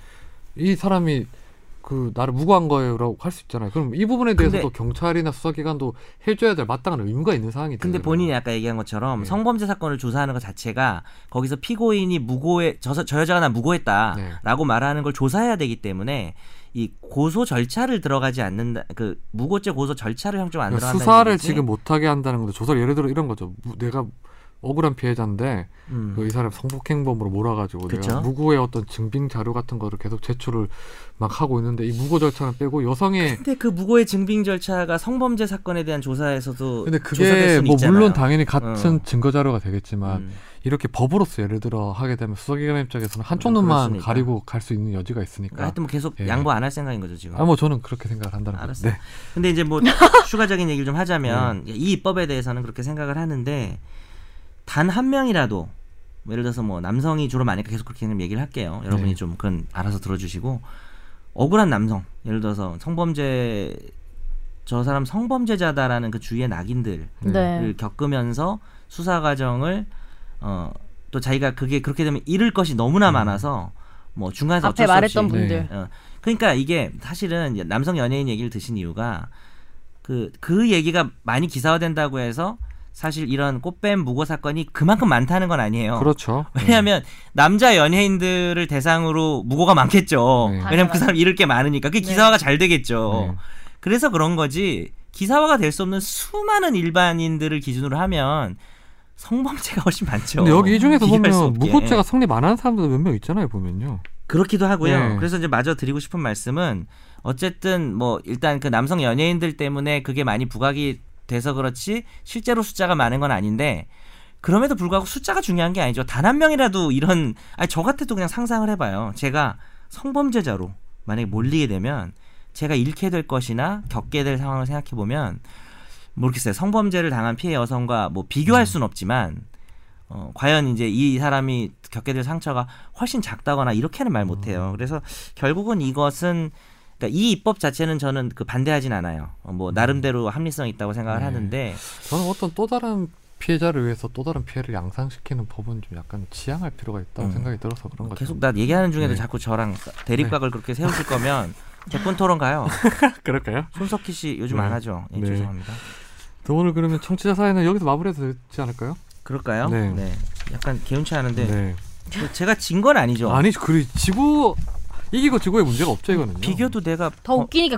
S1: 이 사람이 그 나를 무고한 거예요라고 할 수 있잖아요. 그럼 이 부분에 대해서도
S2: 근데-
S1: 경찰이나 수사기관도 해줘야 될 마땅한 의무가 있는 사항이
S2: 근데
S1: 되잖아요.
S2: 본인이 아까 얘기한 것처럼
S1: 음. 예.
S2: 성범죄 사건을 조사하는 것 자체가 거기서 피고인이 무고해 저, 사- 저 여자가 나
S1: 네.
S2: 무고했다라고 말하는 걸 조사해야 되기 때문에 이 고소 절차를 들어가지 않는다 그 무고죄 고소 절차를 형좀 안
S1: 그러니까
S2: 들어간다
S1: 수사를 지금 못하게 한다는 건데 조사를 예를 들어 이런 거죠. 무- 내가 억울한 피해자인데
S2: 음.
S1: 그이 사람 성폭행범으로 몰아가지고
S2: 그쵸.
S1: 내가 무고의 어떤 증빙 자료 같은 거를 계속 제출을 막 하고 있는데 이 무고 절차는 빼고 여성의
S2: 근데 그 무고의 증빙 절차가 성범죄 사건에 대한 조사에서도
S1: 근데
S2: 조사될
S1: 그게
S2: 수는
S1: 뭐
S2: 있잖아요.
S1: 물론 당연히 같은
S2: 어.
S1: 증거 자료가 되겠지만
S2: 음.
S1: 이렇게 법으로서 예를 들어 하게 되면 수사기관 입장에서는 한쪽
S2: 음, 그럴
S1: 눈만
S2: 수는 있다.
S1: 가리고 갈 수 있는 여지가
S2: 그러니까
S1: 있으니까
S2: 하여튼 뭐 계속
S1: 예.
S2: 양보 안 할 생각인 거죠 지금.
S1: 아 뭐 저는 그렇게 생각을 한다는 거죠.
S2: 알았어.
S1: 네.
S2: 근데 이제 뭐 추가적인 얘기를 좀 하자면 이 입법에 대해서는 그렇게 생각을 하는데 단 한 명이라도 뭐 예를 들어서 뭐 남성이 주로 많으니까 계속 그렇게 그냥 얘기를 할게요. 여러분이
S1: 네.
S2: 좀 그건 알아서 들어주시고 억울한 남성 예를 들어서 성범죄 저 사람 성범죄자다라는 그 주위의 낙인들을
S3: 네.
S2: 겪으면서 수사 과정을 어 또 자기가 그게 그렇게 되면 잃을 것이 너무나 많아서 뭐 중간에서
S3: 앞에
S2: 어쩔 수 없이
S3: 말했던
S1: 네.
S3: 분들.
S2: 어, 그러니까 이게 사실은 이제 남성 연예인 얘기를 드신 이유가 그 그 얘기가 많이 기사화된다고 해서 사실 이런 꽃뱀 무고 사건이 그만큼 많다는 건 아니에요.
S1: 그렇죠.
S2: 어. 왜냐하면 남자 연예인들을 대상으로 무고가 많겠죠.
S1: 네.
S2: 왜냐면 그 사람 잃을 게 많으니까 그게
S3: 네.
S2: 기사화가 잘 되겠죠.
S1: 네.
S2: 그래서 그런 거지 기사화가 될 수 없는 수많은 일반인들을 기준으로 하면 성범죄가 훨씬 많죠.
S1: 근데 여기 이 중에서
S2: 비교할 수
S1: 보면
S2: 없게.
S1: 무고죄가 성립 안 하는 사람들 몇 명 있잖아요 보면요.
S2: 그렇기도 하고요.
S1: 네.
S2: 그래서 이제 마저 드리고 싶은 말씀은 어쨌든 뭐 일단 그 남성 연예인들 때문에 그게 많이 부각이 돼서 그렇지 실제로 숫자가 많은 건 아닌데 그럼에도 불구하고 숫자가 중요한 게 아니죠. 단 한 명이라도 이런 아니 저 같아도 그냥 상상을 해봐요. 제가 성범죄자로 만약에 몰리게 되면 제가 잃게 될 것이나 겪게 될 상황을 생각해 보면 모르겠어요. 성범죄를 당한 피해 여성과 뭐
S1: 음.
S2: 비교할 순 없지만 어, 과연 이제 이 사람이 겪게 될 상처가 훨씬 작다거나 이렇게는
S1: 음.
S2: 말 못해요. 그래서 결국은 이것은 그러니까 이 입법 자체는 저는 그 반대하진 않아요. 어, 뭐 나름대로 합리성이 있다고
S1: 음.
S2: 생각을
S1: 네.
S2: 하는데
S1: 저는 어떤 또 다른 피해자를 위해서 또 다른 피해를 양상시키는 법은 좀 약간 지양할 필요가 있다고
S2: 음.
S1: 생각이 들어서 그런 거죠.
S2: 계속 나 얘기하는 중에도
S1: 네.
S2: 자꾸 저랑 대립각을 그렇게 세우실 거면 개콘 토론 가요.
S1: 그럴까요?
S2: 손석희 씨 요즘
S1: 네.
S2: 안 하죠. 예,
S1: 네.
S2: 죄송합니다.
S1: 또 오늘 그러면 청취자 사연은 여기서 마무리해도 되지 않을까요?
S2: 그럴까요?
S1: 네.
S2: 네. 약간 개운치 않은데 그 제가 진 건 아니죠.
S1: 아니 그 지구 이기고 지구의 문제가 없죠 이거는요.
S2: 비교도 내가
S3: 더
S2: 어,
S3: 웃기니까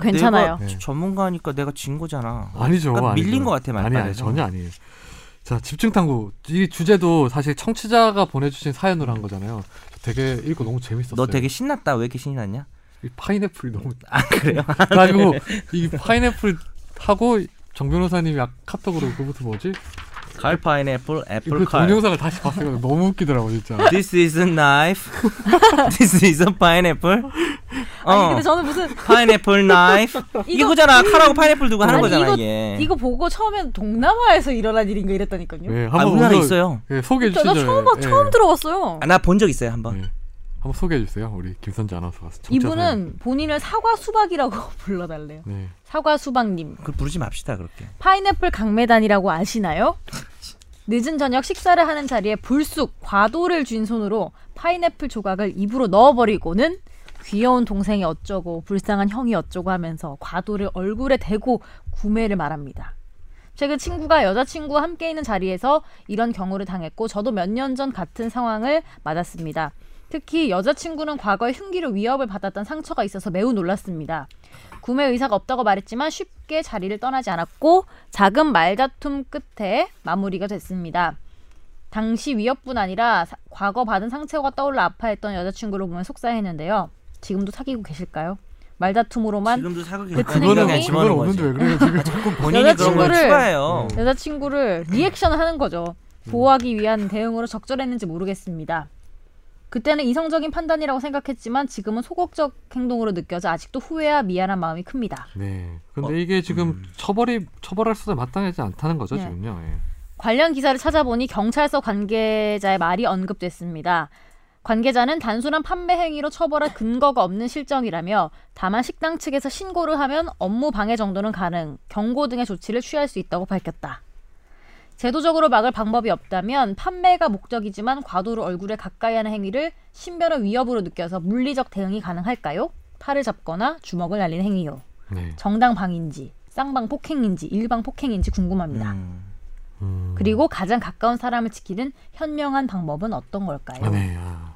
S2: 내가
S3: 괜찮아요.
S1: 네.
S2: 전문가니까 내가 진 거잖아.
S1: 아니죠.
S2: 약간
S1: 아니죠.
S2: 밀린 것 같아,
S1: 아니 아니
S2: 말빨에서.
S1: 전혀 아니에요. 자 집중 탐구 이 주제도 사실 청취자가 보내주신 사연으로 한 거잖아요. 저 되게 읽고 너무 재밌었어요.
S2: 너 되게 신났다. 왜 이렇게 신이 났냐?
S1: 이 파인애플이 너무
S2: 아 그래요?
S1: 그리고 이 파인애플 하고 정 변호사님이 아- 카톡으로 그것도 뭐지?
S2: 칼 파인애플 애플
S1: 그
S2: 칼.
S1: 동영상을 다시 봤어요. 너무 웃기더라고 진짜.
S2: This is a knife. This is a pineapple.
S3: 아니
S2: 어.
S3: 근데 저는 무슨
S2: 파인애플 knife. 이거잖아. 칼하고 파인애플 두고 하는
S3: 아니,
S2: 거잖아,
S3: 이거-
S2: 이게.
S3: 이거 보고 처음엔 동남아에서 일어난 일인가 이랬다니까요.
S1: 예,
S2: 아,
S1: 한번
S2: 우리나라에
S1: 오늘-
S2: 있어요.
S1: 예, 소개해
S3: 저,
S1: 주시죠.
S3: 나 처음 봐,
S1: 예.
S3: 처음 들어봤어요.
S2: 아, 나 본 적 있어요, 한번.
S1: 예. 한번 소개해 주세요. 우리 김선재 아나운서. 청취자 사연.
S3: 이분은 본인을 사과 수박이라고 불러달래요.
S1: 네.
S3: 사과 수박님,
S2: 그걸 부르지 맙시다, 그렇게.
S3: 파인애플 강매단이라고 아시나요? 늦은 저녁 식사를 하는 자리에 불쑥 과도를 쥔 손으로 파인애플 조각을 입으로 넣어버리고는 귀여운 동생이 어쩌고 불쌍한 형이 어쩌고 하면서 과도를 얼굴에 대고 구매를 말합니다. 최근 친구가 여자친구와 함께 있는 자리에서 이런 경우를 당했고 저도 몇 년 전 같은 상황을 맞았습니다. 특히 여자친구는 과거에 흉기로 위협을 받았던 상처가 있어서 매우 놀랐습니다. 구매 의사가 없다고 말했지만 쉽게 자리를 떠나지 않았고 작은 말다툼 끝에 마무리가 됐습니다. 당시 위협뿐 아니라 사- 과거 받은 상처가 떠올라 아파했던 여자친구를 보면 속상했는데요. 지금도 사귀고 계실까요? 말다툼으로만
S2: 지금도 사극이
S3: 그
S2: 약간
S3: 그거는-
S2: 그냥
S1: 그건
S2: 집어넣은
S1: 없는데
S2: 거지.
S1: 왜 그래요 지금?
S2: 본인이 그런 걸
S3: 여자친구를-
S2: 추가해요.
S3: 여자친구를 리액션을 하는 거죠. 보호하기 위한 대응으로 적절했는지 모르겠습니다. 그때는 이성적인 판단이라고 생각했지만 지금은 소극적 행동으로 느껴져 아직도 후회와 미안한 마음이 큽니다.
S1: 네. 근데 이게 지금
S2: 음.
S1: 처벌이 처벌할 수도 마땅하지 않다는 거죠
S3: 네.
S1: 지금요. 예.
S3: 관련 기사를 찾아보니 경찰서 관계자의 말이 언급됐습니다. 관계자는 단순한 판매 행위로 처벌할 근거가 없는 실정이라며 다만 식당 측에서 신고를 하면 업무 방해 정도는 가능, 경고 등의 조치를 취할 수 있다고 밝혔다. 제도적으로 막을 방법이 없다면 판매가 목적이지만 과도로 얼굴에 가까이 하는 행위를 신변의 위협으로 느껴서 물리적 대응이 가능할까요? 팔을 잡거나 주먹을 날리는 행위요.
S1: 네.
S3: 정당방인지, 쌍방 폭행인지, 일방 폭행인지 궁금합니다.
S2: 음.
S1: 음.
S3: 그리고 가장 가까운 사람을 지키는 현명한 방법은 어떤 걸까요?
S1: 아, 네. 아.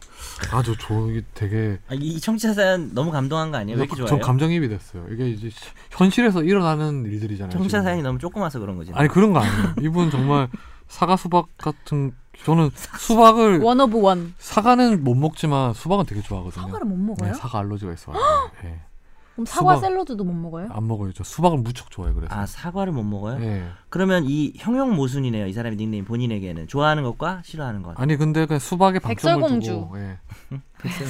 S1: 아주 좋은 이게 되게
S2: 아, 이 청취자 사연 너무 감동한 거 아니에요? 왜 이렇게 좋아요?
S1: 전 감정입이 됐어요. 이게 이제 시- 현실에서 일어나는 일들이잖아요.
S2: 청취자
S1: 지금.
S2: 사연이 너무 조그마서 그런 거지.
S1: 아니 그런 거 아니에요. 이분 정말 사과 수박 같은 저는 수박을
S3: 원 오브 원.
S1: 사과는 못 먹지만 수박은 되게 좋아하거든요.
S3: 사과를 못 먹어요?
S1: 네, 사과 알러지가 있어가지고 예.
S3: 그럼 사과
S1: 수박. 아,
S3: 샐러드도 못 먹어요?
S1: 안 먹어요. 저 수박을 무척 좋아해 요 그래서.
S2: 아 사과를 못 먹어요?
S1: 예.
S2: 그러면 이 형용 모순이네요. 이 사람의 닉네임 본인에게는 좋아하는 것과 싫어하는 것.
S1: 아니 근데 그냥 수박에 방점을
S3: 백설공주.
S1: 두고 예.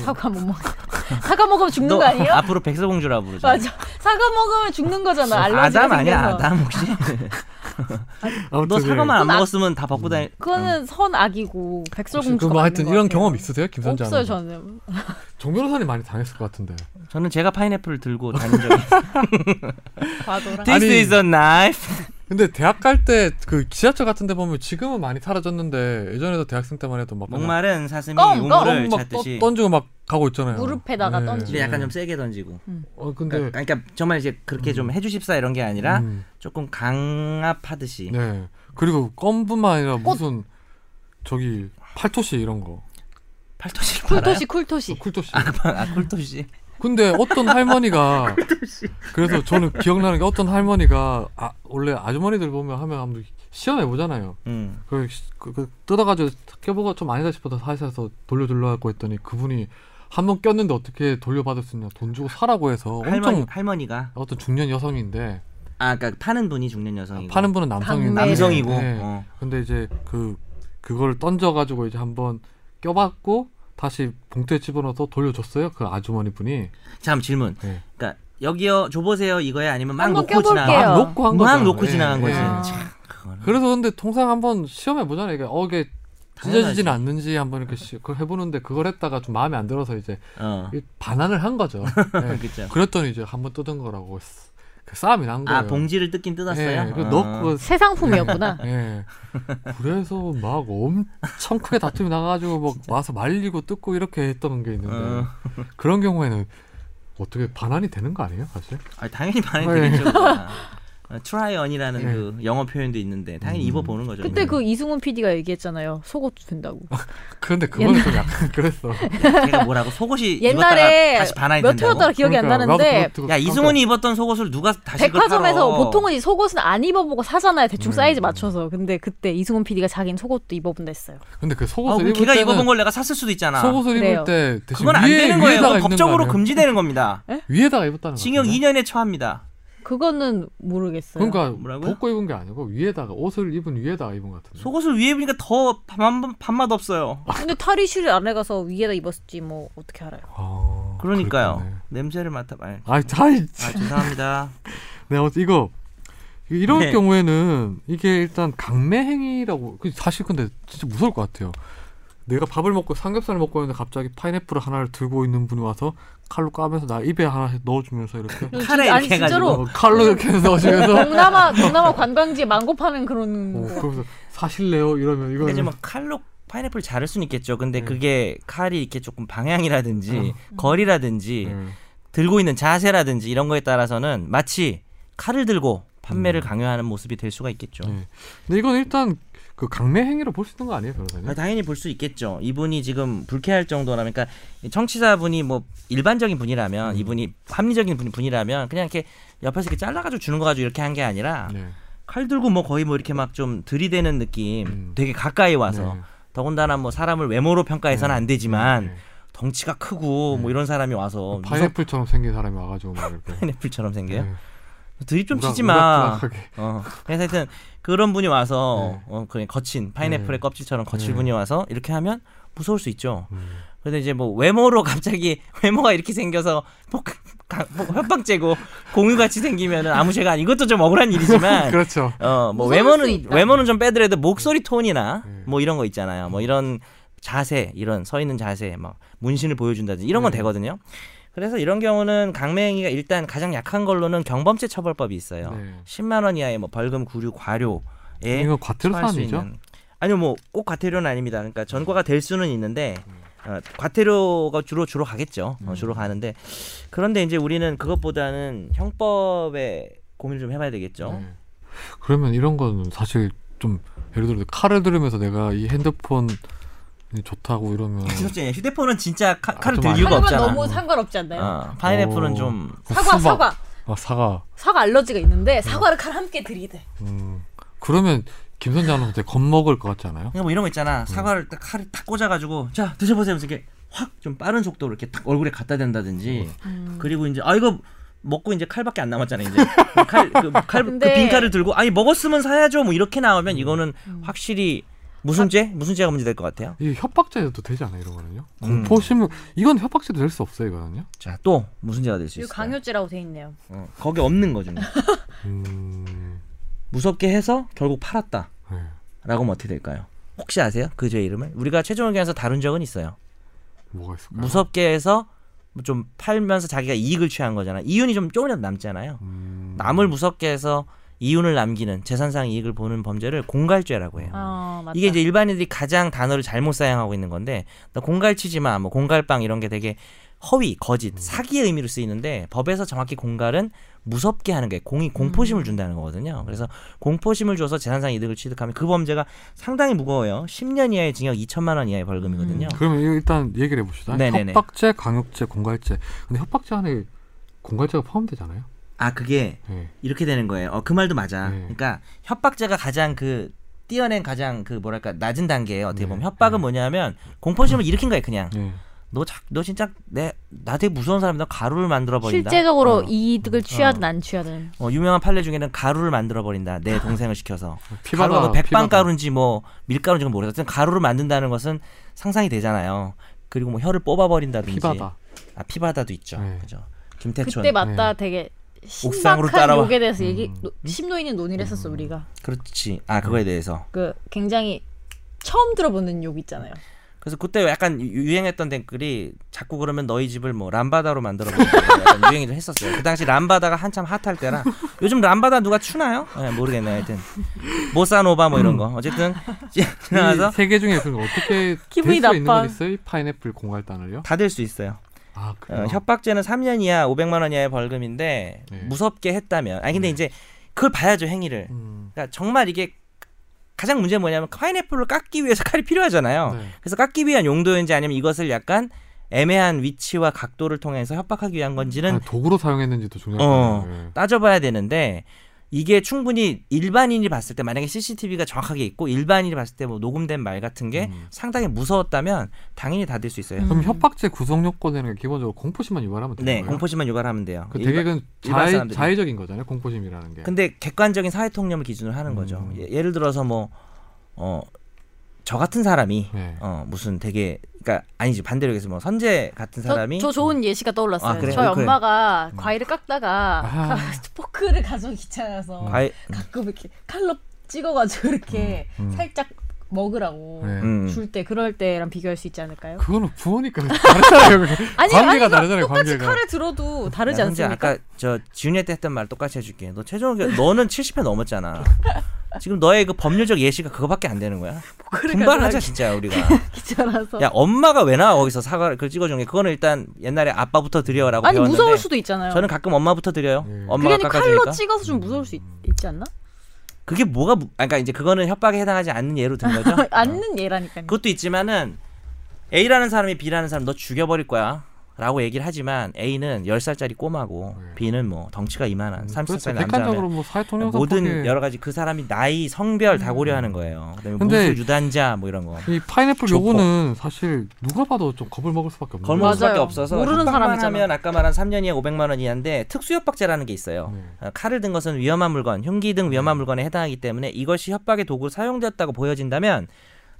S3: 사과 못 먹어. 사과 먹으면 죽는
S2: 너
S3: 거 아니에요?
S2: 앞으로 백설공주라 부르자.
S3: 맞아. 사과 먹으면 죽는 거잖아. 알러지가
S2: 아담 아니야?
S3: 생겨서.
S2: 아담 혹시? 너
S1: 아무튼
S2: 사과만 안
S3: 그건 악-
S2: 먹었으면 다 벗고
S1: 음.
S2: 다니.
S3: 그거는 선악이고
S1: 혹시
S3: 백설공주가
S1: 그뭐 하여튼
S3: 맞는 것
S1: 이런
S3: 같아요.
S1: 경험 있으세요, 김선재?
S3: 없어요
S1: 아나운서?
S3: 저는.
S1: 정 변호사님 많이 당했을 것 같은데.
S2: 음. 저는 제가 파인애플 들고 다닌 적이. 있어요.
S3: 과도라.
S1: 띠-
S2: This
S1: 아니.
S2: is a knife.
S1: 근데 대학 갈 때 그 지하철 같은데 보면 지금은 많이 사라졌는데 예전에도 대학생 때만 해도 막 그냥
S2: 목마른 사슴이
S3: 껌,
S2: 우물을
S1: 껌막 떠-
S2: 찾듯이.
S1: 던지고 막 가고 있잖아요. 네.
S3: 무릎에다가 던지고.
S2: 근데 약간 좀 세게 던지고.
S1: 어 근데
S2: 그러니까, 그러니까 정말 이제 그렇게 좀 해주십사 이런 게 아니라
S1: 음,
S2: 조금 강압하듯이.
S1: 네. 그리고 껌뿐만 아니라 무슨 저기 팔토시 이런 거.
S2: 팔토시
S3: 쿨토시
S1: 어,
S3: 쿨토시.
S1: 쿨토시.
S2: 아 쿨토시. 근데
S1: 근데 어떤 할머니가 그래서 저는 기억나는 게 어떤 할머니가 아, 원래 아주머니들 보면 하면 한번 시험해 보잖아요.
S2: 음.
S1: 그, 그, 그 뜯어가지고 껴보고 좀 아니다 싶어서 사셔서 돌려달라고 고 했더니 그분이 한 번 꼈는데 어떻게 돌려받을 수 있냐 돈 주고 사라고 해서 엄청
S2: 할머니 할머니가
S1: 어떤 중년 여성인데
S2: 아 그러니까 파는 분이 중년 여성이고
S1: 아, 파는 분은 남성인데
S3: 네.
S2: 뭐. 남성이고
S1: 네.
S2: 어.
S1: 근데 이제 그 그걸 던져가지고 이제 한번 껴봤고 다시 봉투에 집어넣어서 돌려줬어요 그 아주머니 분이
S2: 참 질문
S1: 네.
S2: 그러니까 여기요 줘보세요 이거야 아니면 막
S3: 한번
S2: 놓고
S1: 막
S3: 껴볼게요.
S2: 지나간
S1: 놓고 한 거죠 네.
S2: 막 놓고 지나간 거지
S3: 아.
S2: 참 그거는
S1: 그래서 근데 통상 한번 시험해 보잖아요 이게 어 이게 찢어지진 않는지 한번 이렇게 시, 그걸 해보는데 그걸 했다가 좀 마음에 안 들어서 이제
S2: 어.
S1: 이- 반환을 한 거죠 네.
S2: 그죠
S1: 그랬더니 이제 한번 뜯은 거라고 쓰- 그 싸움이 난 거예요.
S2: 아 봉지를 뜯긴 뜯었어요
S1: 예, 그
S2: 어.
S1: 넣고
S3: 새 상품이었구나.
S1: 예. 그래서 막 엄청 크게 다툼이 나가지고 막 와서 말리고 뜯고 이렇게 했던 게 있는데
S2: 어.
S1: 그런 경우에는 어떻게 반환이 되는 거 아니에요, 사실?
S2: 아, 당연히 반응이
S1: 네.
S2: 되겠죠 아, 트라이언이라는
S1: 네.
S2: 그 영어 표현도 있는데 당연히
S1: 음.
S2: 입어보는 거죠
S3: 그때
S2: 이제.
S3: 그 이승훈 PD가 얘기했잖아요. 속옷 된다고.
S1: 그런데 그거는 좀 약간 그랬어.
S2: 제가 뭐라고 속옷이
S3: 옛날에
S2: 입었다가 다시 반환이
S3: 몇 회였더라
S2: 된다고
S3: 기억이 안
S1: 그러니까
S3: 나는데
S1: 나도 그거
S2: 야
S1: 깜짝-
S2: 이승훈이 입었던 속옷을 누가 다시 아, 그걸 아,
S3: 백화점에서
S2: 팔어.
S3: 보통은 이 속옷은 안 입어보고 사잖아요. 대충
S1: 음.
S3: 사이즈 맞춰서. 근데 그때 이승훈 PD가 자기는 속옷도 입어본다 했어요.
S1: 근데 그
S2: 어,
S1: 속옷을
S2: 그럼
S1: 입을
S2: 걔가
S1: 때는
S2: 입어본 걸 내가 샀을 수도 있잖아
S1: 속옷을
S3: 그래요.
S1: 입을 때 대신
S2: 그건 안
S1: 위에
S2: 되는 거예요.
S1: 위에다가
S2: 그건
S1: 입는
S2: 법적으로
S1: 거 아니에요?
S2: 금지되는 겁니다.
S1: 위에다가 입었다는 거.
S2: 징역
S1: 같은데?
S2: 2년에 처합니다.
S3: 그거는 모르겠어요.
S1: 그러니까
S2: 뭐라고요?
S1: 벗고 입은 게 아니고 위에다가 옷을 입은 위에다가 입은 것 같은데.
S2: 속옷을 위에 입으니까 더 밥, 밥맛 없어요.
S3: 근데 탈의실을 안 해가서 위에다 입었을지 뭐 어떻게 알아요.
S1: 아,
S2: 그러니까요.
S1: 그랬겠네.
S2: 냄새를 맡아 아,
S1: 아이 다이
S2: 아 죄송합니다.
S1: 네, 아무튼 이거 이런
S2: 네.
S1: 경우에는 이게 일단 강매 행위라고 그 사실 근데 진짜 무서울 것 같아요. 내가 밥을 먹고 삼겹살을 먹고 있는데 갑자기 파인애플 하나를 들고 있는 분이 와서 칼로 까면서 나 입에 하나 넣어주면서 이렇게
S2: 카레
S3: 진짜- 아니,
S2: 이렇게
S3: 진짜로
S1: 어, 칼로 이렇게 넣어주면서
S3: 동남아 동남아 관광지에 망고 파는 그런
S1: 어,
S2: 뭐,
S3: 거.
S1: 그러면서 사실래요 이러면
S2: 근데 이제
S1: 이거는
S2: 막 칼로 파인애플 자를 수는 있겠죠. 근데
S1: 음.
S2: 그게 칼이 이렇게 조금 방향이라든지
S1: 음.
S2: 거리라든지
S1: 음.
S2: 들고 있는 자세라든지 이런 거에 따라서는 마치 칼을 들고 판매를 강요하는 모습이 될 수가 있겠죠.
S1: 음. 네. 근데 이건 일단 그 강매 행위로 볼 수 있는 거 아니에요, 변호사님?
S2: 아, 당연히 볼 수 있겠죠. 이분이 지금 불쾌할 정도라면, 그러니까 청취자분이 뭐 일반적인
S1: 음.
S2: 분이라면, 이분이 합리적인 분, 분이라면 그냥 이렇게 옆에서 이렇게 잘라가지고 주는 거 가지고 이렇게 한 게 아니라
S1: 네.
S2: 칼 들고 뭐 거의 뭐 이렇게 막 좀 들이대는 느낌,
S1: 음.
S2: 되게 가까이 와서
S1: 네.
S2: 더군다나 뭐 사람을 외모로 평가해서는 안 되지만
S1: 네.
S2: 덩치가 크고 뭐 이런 사람이 와서 무섭
S1: 파인애플처럼 생긴 사람이 와가지고 막 이렇게
S2: 파인애플처럼 생겨요. 뭐
S1: 네.
S2: 드립 좀
S1: 우락-
S2: 치지 마.
S1: 우락부락하게.
S2: 어. 그래서 하여튼 그런 분이 와서
S1: 네.
S2: 어, 그냥 거친 파인애플의
S1: 네.
S2: 껍질처럼 거칠
S1: 네.
S2: 분이 와서 이렇게 하면 무서울 수 있죠.
S1: 음.
S2: 근데 이제 뭐 외모로 갑자기 외모가 이렇게 생겨서 폭, 가- 폭- 협박죄고 공유같이 생기면은 아무 죄가 아니 이것도 좀 억울한 일이지만
S1: 그렇죠.
S2: 어 뭐
S3: 무서울 수
S2: 외모는
S3: 있다.
S2: 외모는 좀 빼더라도 목소리 톤이나
S1: 네.
S2: 뭐 이런 거 있잖아요. 뭐 이런 자세 이런 서 있는 자세 막 문신을 보여준다든지 이런 건
S1: 네.
S2: 되거든요. 그래서 이런 경우는 강매행위가 일단 가장 약한 걸로는 경범죄 처벌법이 있어요.
S1: 네.
S2: 10만 원 이하의 뭐 벌금 구류 과료에
S1: 이건 과태료
S2: 처할 수
S1: 사안이죠.
S2: 있는- 아니요, 뭐 꼭 과태료는 아닙니다. 그러니까 전과가 될 수는 있는데
S1: 음.
S2: 어, 과태료가 주로 주로 가겠죠. 어, 주로 가는데 그런데 이제 우리는 그것보다는 형법에 고민을 좀 해봐야 되겠죠.
S1: 네. 그러면 이런 거는 사실 좀 예를 들어 칼을 들으면서 내가 이 핸드폰이 좋다고 이러면
S2: 그렇지. 휴대폰은 진짜 칼, 칼을
S1: 좀
S2: 들
S1: 안-
S2: 이유가
S3: 하지만
S2: 없잖아.
S3: 너무 상관없지 않나요?
S2: 어, 파인애플은
S1: 오.
S2: 좀
S3: 사과
S1: 어, 수박-
S3: 사과
S1: 아 사과.
S3: 사과 알러지가
S2: 음.
S3: 있는데 사과를 칼 함께 들이대.
S1: 음. 그러면 김선재 아나운서 겁먹을 것 같지 않아요?
S2: 그냥 뭐 이런 거 있잖아. 사과를 딱 칼을 딱 꽂아가지고 자 드셔보세요. 하면서 이렇게 확 좀 빠른 속도로 이렇게 딱 얼굴에 갖다 댄다든지. 그리고 이제 아 이거 먹고 이제 칼밖에 안 남았잖아요. 이제 그 칼그빈
S3: 근데-
S2: 칼을 들고 아니 먹었으면 사야죠. 뭐 이렇게 나오면 이거는
S3: 음.
S2: 확실히 무슨 죄? 무슨 죄가 문제될 것 같아요.
S1: 이 협박죄도 되지 않아요, 이런 거는요?
S2: 음.
S1: 공포심을 이건 협박죄도 될 수 없어요, 이거는요.
S2: 자 또 무슨 죄가 될 수
S3: 이거
S2: 있어요?
S3: 강요죄라고 돼 있네요.
S2: 어, 거기 없는 거죠.
S1: 음.
S2: 무섭게 해서 결국 팔았다.
S1: 네.
S2: 라고 하면 어떻게 될까요? 혹시 아세요? 그 죄 이름을? 우리가 최종 의견에서 다룬 적은 있어요.
S1: 뭐가 있을까요?
S2: 무섭게 해서 좀 팔면서 자기가 이익을 취한 거잖아. 이윤이 좀 조금이라도 남잖아요.
S1: 음.
S2: 남을 무섭게 해서 이윤을 남기는 재산상 이익을 보는 범죄를 공갈죄라고 해요.
S3: 아 맞다.
S2: 이게 이제 일반인들이 가장 단어를 잘못 사용하고 있는 건데 나 공갈치지마 뭐 공갈빵 이런 게 되게 허위 거짓 사기의 의미로 쓰이는데 법에서 정확히 공갈은 무섭게 하는 게 공이 공포심을 준다는 거거든요 그래서 공포심을 줘서 재산상 이득을 취득하면 그 범죄가 상당히 무거워요 10년 이하의 징역 2천만 원 이하의 벌금이거든요
S1: 음, 그러면 이거 일단 얘기를 해봅시다.
S2: 네네네.
S1: 협박죄, 강요죄, 공갈죄. 근데 협박죄 안에 공갈죄가 포함되잖아요.
S2: 아 그게
S1: 네.
S2: 이렇게 되는 거예요 어, 그 말도 맞아
S1: 네.
S2: 그러니까 협박죄가 가장 그 뛰어낸 가장 그 뭐랄까 낮은 단계예요 어떻게 보면
S1: 네.
S2: 협박은 뭐냐면 공포심을 일으킨 거예요 그냥
S1: 네.
S2: 너, 자, 너 진짜 내, 나 되게 무서운 사람이다. 가루를 만들어 버린다.
S3: 실제적으로
S2: 어.
S3: 이득을 취하든 안 취하든
S2: 어, 유명한 판례 중에는 가루를 만들어 버린다. 내 동생을 시켜서.
S1: 아. 피바다,
S2: 가루가 뭐
S1: 피바다.
S2: 백반가루인지 뭐 밀가루인지 모르겠어. 하여튼 가루를 만든다는 것은 상상이 되잖아요. 그리고 뭐 혀를 뽑아 버린다든지.
S1: 피바다.
S2: 아, 피바다도 있죠.
S1: 네.
S2: 그죠. 김태촌.
S3: 그때 맞다 되게
S2: 옥상으로
S3: 신박한
S2: 따라와.
S3: 욕에 대해서 얘기 노- 심노인이 논의를 했었어 우리가
S2: 그렇지. 아,
S1: 예.
S2: 그거에 대해서.
S3: 그 굉장히 처음 들어보는 욕 있잖아요.
S2: 그래서 그때 약간 유- 유행했던 댓글이 자꾸 그러면 너희 집을 뭐 람바다로 만들어 보는 유행이 좀 했었어요. 그 당시 람바다가 한참 핫할 때라 요즘 람바다 누가 추나요? 예, 모르겠네. 하여튼 모사노바 뭐 이런
S1: 음.
S2: 거. 어쨌든 지나서
S1: 세개 중에 그 어떻게 될 수
S3: 기분이
S1: 있는
S3: 나빠.
S1: 건 있어요? 이 파인애플 공갈단을요?
S2: 다 될 수 있어요.
S1: 아
S2: 어,
S1: 그래요.
S2: 협박죄는 3년 이하 500만 원 이하의 벌금인데
S1: 네.
S2: 무섭게 했다면. 아니 근데 이제 그걸 봐야죠 행위를.
S1: 음.
S2: 그러니까 정말 이게 가장 문제는 뭐냐면 파인애플을 깎기 위해서 칼이 필요하잖아요.
S1: 네.
S2: 그래서 깎기 위한 용도인지 아니면 이것을 약간 애매한 위치와 각도를 통해서 협박하기 위한 건지는
S1: 아니, 도구로 사용했는지도 중요해요.
S2: 어.
S1: 네.
S2: 따져봐야 되는데 이게 충분히 일반인이 봤을 때 만약에 CCTV가 정확하게 있고 일반인이 봤을 때 뭐 녹음된 말 같은 게
S1: 음.
S2: 상당히 무서웠다면 당연히 다 될 수 있어요.
S3: 음.
S1: 그럼 협박죄 구성 요건에는 기본적으로 공포심만 유발하면 되는
S2: 네,
S1: 거예요?
S2: 공포심만 유발하면 돼요.
S1: 그
S2: 일반-
S1: 되게 그
S2: 일반
S1: 자의,
S2: 사람들이.
S1: 자의적인 거잖아요. 공포심이라는 게.
S2: 근데 객관적인 사회 통념을 기준으로 하는 거죠.
S1: 음.
S2: 예, 를 들어서 뭐 어 저 같은 사람이
S1: 네.
S2: 어 무슨 되게 그러니까 아니지 반대로 해서 뭐 선재 같은
S3: 저,
S2: 사람이
S3: 저 좋은 예시가 떠올랐어요.
S2: 아, 그래요? 음.
S3: 저희
S2: 그래요?
S3: 엄마가 과일을 깎다가
S1: 아.
S3: 가- 포크를 가지고 귀찮아서
S2: 과일
S3: 가끔 이렇게 칼로 찍어가지고 이렇게
S1: 음, 음.
S3: 살짝 먹으라고
S1: 네.
S2: 음.
S3: 줄 때 그럴 때랑 비교할 수 있지 않을까요?
S1: 그거는 부모니까 다르잖아요. 그게. 관계가
S3: 이거
S1: 다르잖아요,
S3: 그러니까 똑같이
S1: 관계가.
S3: 칼을 들어도 다르지
S2: 야, 선재,
S3: 않습니까?
S2: 아까 저 지훈이 때 했던 말 똑같이 해줄게. 너 최종 의견 너는 70회 넘었잖아. 지금 너의 그 법률적 예시가 그거밖에 안 되는 거야.
S3: 그러니까
S2: 분발하자 진짜 우리가.
S3: 기자라서.
S2: 야 엄마가 왜 나와 거기서 사과를 그 찍어준 게 그거는 일단 옛날에 아빠부터 드려라고
S3: 아니
S2: 배웠는데
S3: 무서울 수도 있잖아요.
S2: 저는 가끔 엄마부터 드려요.
S1: 예.
S2: 엄마가
S3: 그게 칼로
S2: 깎아주니까.
S3: 찍어서 좀 무서울 수 있, 지 않나?
S2: 그게 뭐가 무- 아, 그러니까 이제 그거는 협박에 해당하지 않는 예로 든 거죠. 어.
S3: 앉는 예라니까요.
S2: 그것도 있지만은 A라는 사람이 B라는 사람 너 죽여버릴 거야. 라고 얘기를 하지만 A는 10살짜리 꼬마고
S1: 예.
S2: B는 뭐 덩치가
S1: 음,
S2: 이만한 30살 남자면 네,
S1: 객관적으로 뭐 사회통령
S2: 모든 여러 가지 그 사람이 나이, 성별
S3: 음.
S2: 다 고려하는 거예요. 그다음에
S1: 근데-
S2: 무술 유단자 뭐 이런 거.
S1: 이 파인애플
S2: 좋고.
S1: 요거는 사실 누가 봐도 좀 겁을 먹을 수밖에 없는
S2: 걸먹을
S1: 거예요.
S2: 수밖에
S3: 맞아요.
S2: 없어서
S3: 모르는
S2: 협박만
S3: 사람이잖아.
S2: 하면 아까 말한 3년 이하 500만 원 이하인데 특수협박죄라는 게 있어요. 어, 칼을 든 것은 위험한 물건, 흉기 등 위험한 물건에 해당하기 때문에 이것이 협박의 도구로 사용되었다고 보여진다면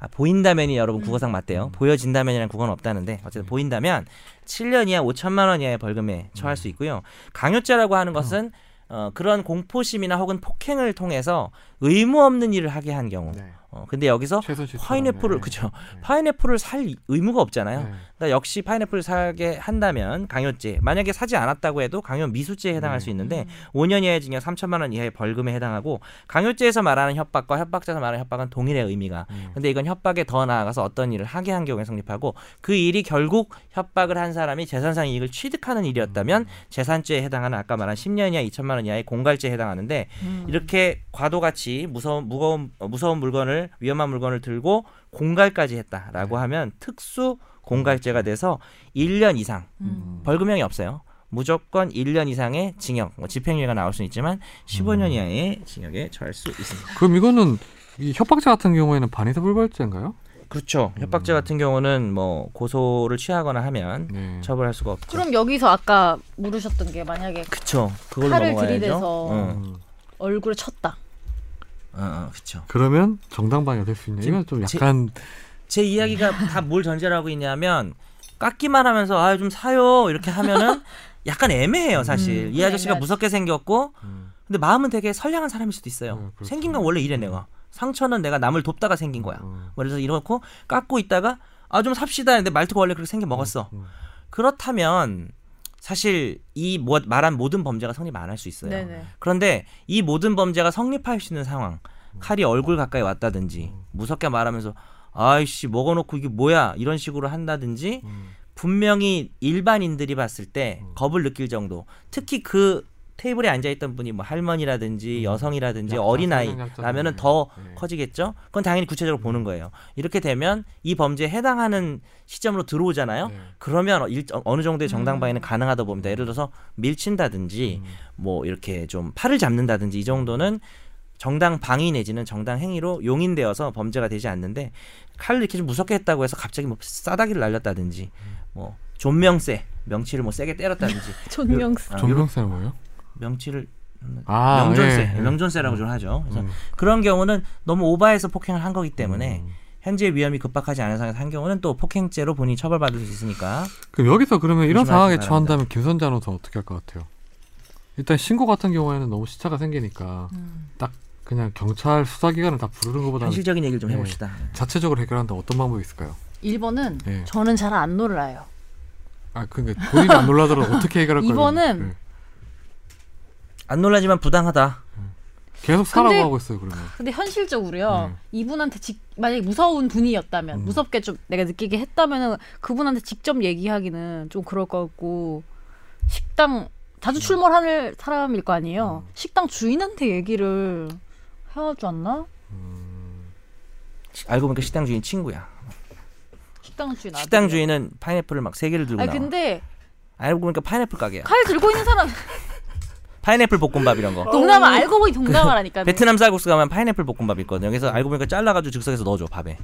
S2: 아, 보인다면이 여러분
S3: 음.
S2: 국어상 맞대요. 보여진다면이란 국어는 없다는데 어쨌든 보인다면 7년 이하 5천만 원 이하의 벌금에 처할 수 있고요. 강요죄라고 하는 것은 음. 어, 그런 공포심이나 혹은 폭행을 통해서 의무 없는 일을 하게 한 경우.
S1: 네.
S2: 어, 근데 여기서
S1: 최순실
S2: 파인애플을 그죠? 파인애플을 살 의무가 없잖아요.
S1: 네.
S2: 그러니까 역시 파인애플 사게 한다면 강요죄 만약에 사지 않았다고 해도 강요 미수죄에 해당할 수 있는데 5년 이하의 징역 3천만 원 이하의 벌금에 해당하고 강요죄에서 말하는 협박과 협박자에서 말하는 협박은 동일의 의미가
S1: 네. 음.
S2: 근데 이건 협박에 더 나아가서 어떤 일을 하게 한 경우에 성립하고 그 일이 결국 협박을 한 사람이 재산상 이익을 취득하는 일이었다면
S1: 음.
S2: 재산죄에 해당하는 아까 말한 10년 이하 2천만 원 이하의 공갈죄에 해당하는데
S3: 음.
S2: 이렇게 과도같이 무서운 무거운 어, 무서운 물건을 위험한 물건을 들고 공갈까지 했다라고 하면 특수 공갈죄가 돼서 1년 이상
S1: 음.
S3: 음.
S2: 벌금형이 없어요. 무조건 1년 이상의 징역, 뭐 집행유예가 나올 수 있지만 15년 이하의 징역에 처할 수 있습니다.
S1: 그럼 이거는 이 협박죄 같은 경우에는 반의사 불벌죄인가요?
S2: 그렇죠. 협박죄 같은 경우는 뭐 고소를 취하거나 하면
S1: 네.
S2: 처벌할 수가 없죠.
S3: 그럼 여기서 아까 물으셨던 게 만약에
S2: 그쵸. 그걸로
S3: 칼을
S2: 넘어가야죠.
S3: 들이대서.
S2: 응.
S1: 음.
S3: 얼굴에 쳤다.
S2: 어, 어, 그쵸.
S1: 그러면 정당방위가 될 수 있냐? 이건 좀
S2: 지-
S1: 약간
S2: 제 이야기가 다 뭘 전제로 하고 있냐면 깎기만 하면서 아 좀 사요 이렇게 하면은 약간 애매해요 사실
S3: 음,
S2: 이 아저씨가
S3: 애매하지.
S2: 무섭게 생겼고
S1: 음.
S2: 근데 마음은 되게 선량한 사람일 수도
S1: 네,
S2: 있어요
S1: 그렇죠.
S2: 생긴 건 원래 이래 내가 상처는 내가 남을 돕다가 생긴 거야
S1: 음.
S2: 그래서 이렇고 깎고 있다가 아 좀 삽시다 했는데 말투가 원래 그렇게 생겨 먹었어
S1: 음.
S2: 그렇다면 사실 이 뭐- 말한 모든 범죄가 성립 안 할 수 있어요
S3: 네네.
S2: 그런데 이 모든 범죄가 성립할 수 있는 상황 칼이 얼굴 가까이 왔다든지 무섭게 말하면서 아이씨 먹어놓고 이게 뭐야 이런 식으로 한다든지
S1: 음.
S2: 분명히 일반인들이 봤을 때 겁을 느낄 정도 특히 그 테이블에 앉아있던 분이 뭐 할머니라든지
S1: 음.
S2: 여성이라든지
S1: 약자,
S2: 어린아이라면은
S1: 성장약자들.
S2: 더
S1: 네.
S2: 커지겠죠 그건 당연히 구체적으로 보는 거예요 이렇게 되면 이 범죄에 해당하는 시점으로 들어오잖아요
S1: 네. 음.
S2: 그러면 일- 어느 정도의 정당 방위는 가능하다 봅니다. 예를 들어서 밀친다든지 뭐 이렇게 좀 팔을 잡는다든지 이 정도는 정당 방위 내지는 정당 행위로 용인되어서 범죄가 되지 않는데 칼을 이렇게 좀 무섭게 했다고 해서 갑자기 뭐 싸다기를 날렸다든지 뭐 존명세 명치를 뭐 세게 때렸다든지
S3: 존명스.
S2: 아,
S1: 존경세는 뭐예요?
S2: 명치를
S1: 아,
S2: 명존세,
S1: 예, 예.
S2: 명존세라고 좀 하죠. 그래서
S1: 음.
S2: 그런 경우는 너무 오바해서 폭행을 한 거기 때문에 현재 위험이 급박하지 않은 상황에서 한 경우는 또 폭행죄로 본인이 처벌받을 수 있으니까
S1: 그럼 여기서 그러면 이런
S2: 조심하시기
S1: 상황에
S2: 바랍니다.
S1: 처한다면 김선재 아나운서 어떻게 할 것 같아요? 일단 신고 같은 경우에는 너무 시차가 생기니까
S3: 음.
S1: 딱 그냥 경찰 수사기관을 다 부르는 것보다는
S2: 현실적인 얘기를 좀
S1: 네.
S2: 해봅시다.
S1: 자체적으로 해결한다 어떤 방법이 있을까요?
S3: 1번은
S1: 네.
S3: 저는 잘 안 놀라요.
S1: 아 근데 본인이 안 놀라더라도 어떻게 해결할 거예요?
S3: 이거는
S1: 네.
S2: 안 놀라지만 부당하다.
S1: 계속 사라고
S3: 근데-
S1: 하고 있어요 그러면.
S3: 근데 현실적으로요.
S2: 음.
S3: 이분한테 직, 만약에 무서운 분이었다면
S1: 음.
S3: 무섭게 좀 내가 느끼게 했다면은 그분한테 직접 얘기하기는 좀 그럴 것 같고 식당
S2: 음.
S3: 자주 출몰하는 사람일 거 아니에요. 식당 주인한테 얘기를 해야지 않나?
S2: 시- 알고 보니까 식당 주인 친구야.
S3: 식당 주인 아들.
S2: 식당 주인은 파인애플을 막 세 개를 들고
S3: 아니
S2: 나와.
S3: 근데
S2: 알고 보니까 파인애플 가게야.
S3: 칼 들고 있는 사람
S2: 파인애플 볶음밥 이런 거.
S3: 동남아
S1: 어.
S3: 알고 보니 동남아라니까.
S2: 베트남 쌀국수 가면 파인애플 볶음밥 있거든요. 그래서 알고 보니까 잘라가지고 즉석에서 넣어줘 밥에.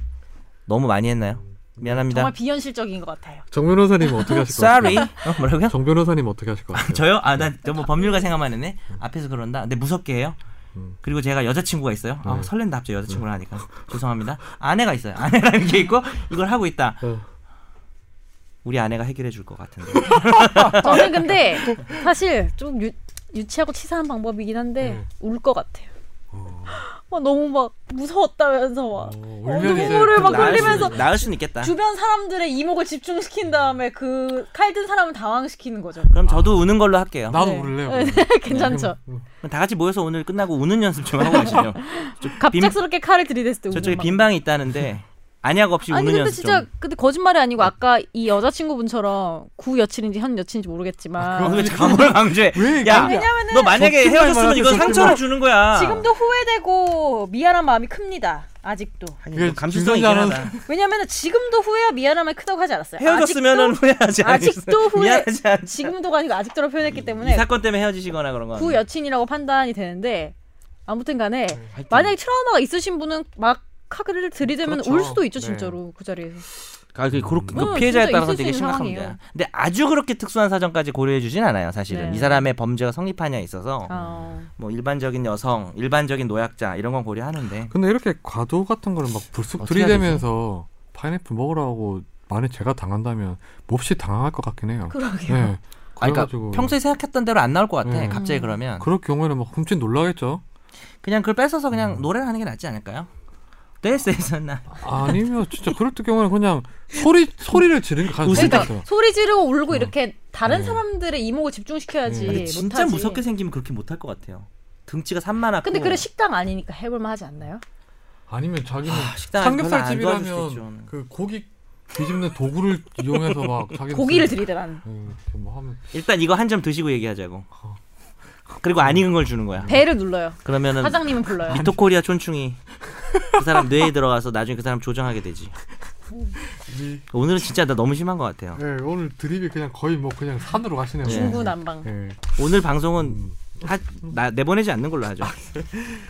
S2: 너무 많이 했나요? 미안합니다.
S3: 정말 비현실적인 것 같아요.
S1: 정 변호사님 은 어떻게 하실 것 같아요?
S2: Sorry. 어, 뭐라고요?
S1: 정 변호사님 은 어떻게 하실 것 같아요?
S2: 저요? 아, 난 너무 법률가 생각만 했네. 앞에서 그런다. 근데 무섭게 해요. 그리고 제가 여자친구가 있어요. 아,
S1: 음. 네.
S2: 설렌다 갑자기 여자친구를 하니까 죄송합니다. 아내가 있어요. 아내랑 이렇게 있고 이걸 하고 있다.
S1: 어.
S2: 우리 아내가 해결해 줄 것 같은데.
S3: 저는 근데 사실 좀 유, 유치하고 치사한 방법이긴 한데 울 것 같아요.
S1: 네. 어.
S3: 막 너무 막 무서웠다면서 막
S1: 울면 이제 그
S3: 눈물을 막
S2: 나을 수-
S3: 흘리면서
S2: 나을 수는 있겠다.
S3: 주변 사람들의 이목을 집중시킨 다음에 그 칼 든 사람을 당황시키는 거죠.
S2: 그럼 저도 우는 걸로 할게요.
S1: 나도
S3: 네.
S1: 울래요.
S3: 네,
S1: 그럼.
S3: 괜찮죠.
S1: 음,
S2: 그럼 다 같이 모여서 오늘 끝나고 우는 연습 좀 하고 가시죠. 저 빈-
S3: 갑작스럽게 칼을 들이댔을 때
S2: 저쪽에
S3: 우는
S2: 빈 방이 있다는데 안약 없이
S3: 막. 아니
S2: 우는
S3: 근데
S2: 연습
S3: 진짜
S2: 좀.
S3: 근데 거짓말이 아니고 아까 이 여자친구분처럼 구 여친인지 현 여친인지
S1: 그거
S3: 모르겠지만
S2: 왜 감을 강조해?
S1: 왜
S2: 야,
S1: 그러냐?
S2: 너 만약에
S1: 적지 말
S2: 헤어졌으면
S1: 말아줘,
S2: 이건
S1: 적지
S2: 상처를
S1: 말.
S2: 주는 거야.
S3: 지금도 후회되고 미안한 마음이 큽니다. 아직도.
S1: 그게
S2: 하긴 감수성이 있긴
S1: 중요하지
S2: 하다.
S3: 왜냐면은 지금은 후회와 미안함이 크다고 하지 않았어요.
S2: 헤어졌으면은 후회하지 않
S3: 아직도 후회-
S2: 미안하지 않
S3: 아직도 지금도가 아니고 아직도로 표현했기
S2: 이
S3: 때문에
S2: 사건 때문에 헤어지시거나 그런 거.
S3: 구 여친이라고 판단이 되는데 아무튼 간에
S2: 음,
S3: 만약에 트라우마가 있으신 분은 막 카드를 들이대면
S1: 그렇죠.
S3: 울 수도 있죠
S1: 네.
S3: 진짜로 그 자리에서
S2: 아, 그, 그렇게, 그
S3: 음,
S2: 피해자에
S3: 진짜
S2: 따라서
S3: 있을 수
S2: 되게
S3: 있는
S2: 심각합니다.
S3: 상황이에요.
S2: 근데 아주 그렇게 특수한 사정까지 고려해 주진 않아요, 사실은.
S3: 네.
S2: 이 사람의 범죄가 성립하냐에 있어서
S3: 아,
S2: 뭐 일반적인 여성, 일반적인 노약자 이런 건 고려하는데
S1: 근데 이렇게 과도 같은 거를 막 불쑥
S2: 어떻게 해야
S1: 들이대면서 파인애플 먹으라고 만약 제가 당한다면 몹시 당황할 것 같긴 해요.
S3: 그러게요
S1: 네.
S2: 아니, 그러니까
S1: 그래가지고
S2: 평소에 생각했던 대로 안 나올 것 같아.
S1: 음.
S2: 갑자기 그러면
S1: 그럴 경우에는 막 훔친 놀라겠죠.
S2: 그냥 그걸 뺏어서 그냥 노래를 하는 게 낫지 않을까요? 댄스 있었나?
S1: 아니면 진짜 그럴 때 경우에는 그냥 소리 소리를 지르는 게 가장
S2: 웃을 때.
S1: 좋겠어요.
S3: 그러니까 소리 지르고 울고
S1: 어.
S3: 이렇게 다른
S1: 네.
S3: 사람들의 이목을 집중시켜야지
S1: 네.
S2: 음. 근데 진짜
S3: 예, 못하지.
S2: 무섭게 생기면 그렇게 못 할 것 같아요. 등치가 산만하고.
S3: 근데 그래 식당 아니니까 해볼만 하지 않나요?
S1: 아니면 자기는
S2: 아, 식당
S1: 삼겹살
S2: 별로 안 도와줄 수
S1: 집이라면
S2: 있죠.
S1: 그 고기 뒤집는 도구를 이용해서 막 자기
S3: 고기를 들이대라는
S1: 뭐 하면
S2: 일단 이거 한 점 드시고 얘기하자고. 그리고 안 익은 걸 주는 거야.
S3: 배를 눌러요
S2: 그러면은
S3: 사장님은 불러요
S2: 미토코리아 촌충이 그 사람 뇌에 들어가서 나중에 그 사람 조정하게 되지.
S1: 이-
S2: 오늘은 진짜 나 너무 심한 것 같아요.
S1: 네, 오늘 드립이 그냥 거의 뭐 그냥 산으로 가시네요.
S3: 중구 난방
S1: 네.
S2: 오늘 방송은 하, 나 내보내지 않는 걸로 하죠.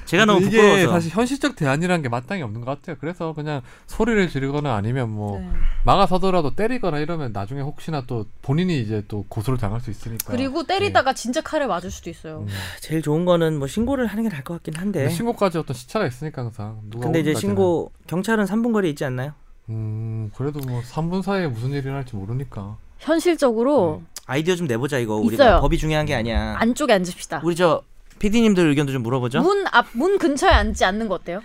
S2: 제가 너무
S1: 이게
S2: 부끄러워서.
S1: 사실 현실적 대안이라는 게 마땅히 없는 것 같아요. 그래서 그냥 서리를 지르거나 아니면 뭐
S3: 네.
S1: 막아서더라도 때리거나 이러면 나중에 혹시나 또 본인이 이제 또 고소를 당할 수 있으니까.
S3: 그리고 때리다가 진짜 칼을 맞을 수도 있어요
S1: 음.
S2: 제일 좋은 거는 뭐 신고를 하는 게 나을 것 같긴 한데.
S1: 근데 네, 신고까지 어떤 시차가 있으니까 항상. 누가
S2: 네. 근데 이제
S1: 오기까지는.
S2: 신고 경찰은 3분 거리에 있지 않나요?
S1: 음 그래도 뭐 3분 사이에 무슨 일이 날지 모르니까.
S3: 현실적으로
S2: 아이디어 좀 내보자 이거. 우리가
S3: 있어요.
S2: 법이 중요한 게 아니야.
S3: 안쪽에 앉읍시다
S2: 우리 저 PD님들 의견도 좀 물어보죠.
S3: 문 앞 문 근처에 앉지 않는 거 어때요?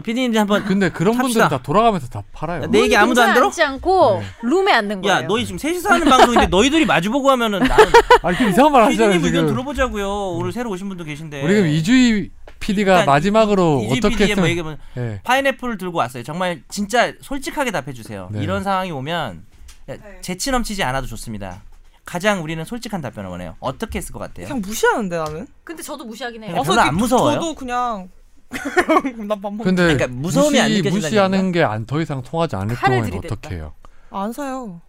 S2: PD님들 한번
S1: 근데 그런
S2: 합시다. 네.
S1: 분들은 다 돌아가면서 다 팔아요.
S2: 내 얘기
S3: 문
S2: 아무도 안
S3: 근처에
S2: 들어?
S3: 앉지 않고
S1: 네.
S3: 룸에 앉는 거예요
S2: 야 너희 지금 셋이서 하는 방송인데 너희들이 마주보고 하면은 나는
S1: 아니 그 이상한 말 하시잖아요
S2: PD님 의견
S1: 지금.
S2: 들어보자고요. 오늘 새로 오신 분도 계신데.
S1: 우리 그럼 이주희 PD가
S2: 일단
S1: 마지막으로
S2: 그러니까 이지
S1: 어떻게
S2: PD의 뭐
S1: 했으면.
S2: 얘기하면
S1: 예.
S2: 파인애플을 들고 왔어요. 정말 진짜 솔직하게 답해주세요.
S1: 네.
S2: 이런 상황이 오면 재치 넘치지 않아도 좋습니다. 가장 우리는 솔직한 답변을 원해요. 어떻게 했을 것 같아요?
S4: 그냥 무시하는데 나는.
S3: 근데 저도 무시하긴
S2: 해요. 네, 별로 안 무서워요?
S4: 저도 그냥 난밥 먹.
S1: 근데
S2: 그러니까 무서움이 안
S1: 무시,
S2: 느껴진다는
S1: 무시하는 게 안 더 이상 통하지 않을
S3: 칼을
S1: 경우에는
S3: 들이댔다.
S1: 어떻게 해요?
S4: 안 사요.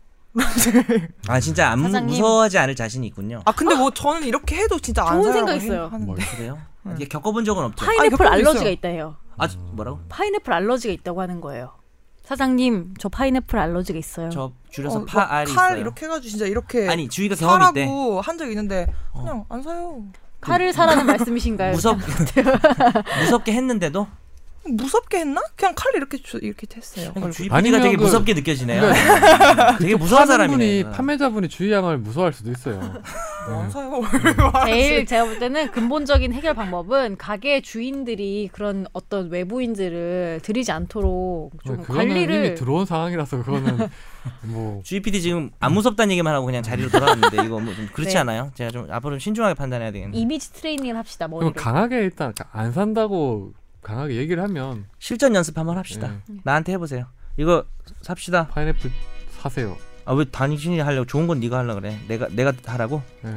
S2: 아 진짜 안 무-
S3: 사장님.
S2: 무서워하지 않을 자신이 있군요.
S4: 아 근데 뭐 저는 이렇게 해도 진짜 안
S3: 좋은
S4: 사요.
S3: 생각 있어요.
S1: 뭐
S2: 아, 그래요? 이게 겪어본 적은 없죠.
S3: 파인애플
S4: 아니, 그런 거
S3: 알러지가
S4: 있어요.
S3: 있다 해요.
S2: 아 저- 뭐라고?
S3: 파인애플 알러지가 있다고 하는 거예요. 사장님, 저 파인애플 알러지가 있어요.
S2: 저 줄여서
S4: 어, 막
S2: 파알이
S4: 칼
S2: 있어요.
S4: 이렇게 해가지고 진짜 이렇게
S2: 아니 주위가 경험 있대.
S4: 사라고 한 적 있는데
S2: 어.
S4: 그냥 안 사요.
S3: 칼을 사라는
S4: 네.
S3: 말씀이신가요?
S2: 무섭 무섭게 했는데도
S4: 무섭게 했나? 그냥 칼 이렇게 주, 이렇게 했어요.
S2: 약간 그러니까 주위 분위가
S1: 아니면
S2: 되게
S1: 그-
S2: 무섭게 느껴지네요. 되게 무서운
S1: 파는 분이
S2: 사람이네.
S1: 판매자분이 주희 양을 무서워할 수도 있어요. 네.
S2: 음.
S4: 안 사요.
S3: 제일 제가 볼 때는 근본적인 해결 방법은 가게 주인들이 그런 어떤 외부인들을 들이지 않도록 좀
S1: 네, 그거는 이미
S3: 관리를
S1: 들어온 상황이라서 그거는 뭐
S2: 주위 PD 지금 안 무섭다는 얘기만 하고 그냥 자리로 돌아왔는데 이거 뭐좀 그렇지
S3: 네.
S2: 않아요? 제가 좀 앞으로 좀 신중하게 판단해야 되겠네. 요
S3: 이미지 트레이닝을 합시다.
S1: 그럼
S3: 머리를.
S1: 강하게 일단 안 산다고 강하게 얘기를 하면
S2: 실전 연습 한번 합시다.
S1: 예,
S2: 나한테 해보세요. 이거 삽시다.
S1: 파인애플 사세요.
S2: 아 왜 당신이 하려고 좋은 건 네가 하려 그래. 내가 내가 하라고?
S1: 예.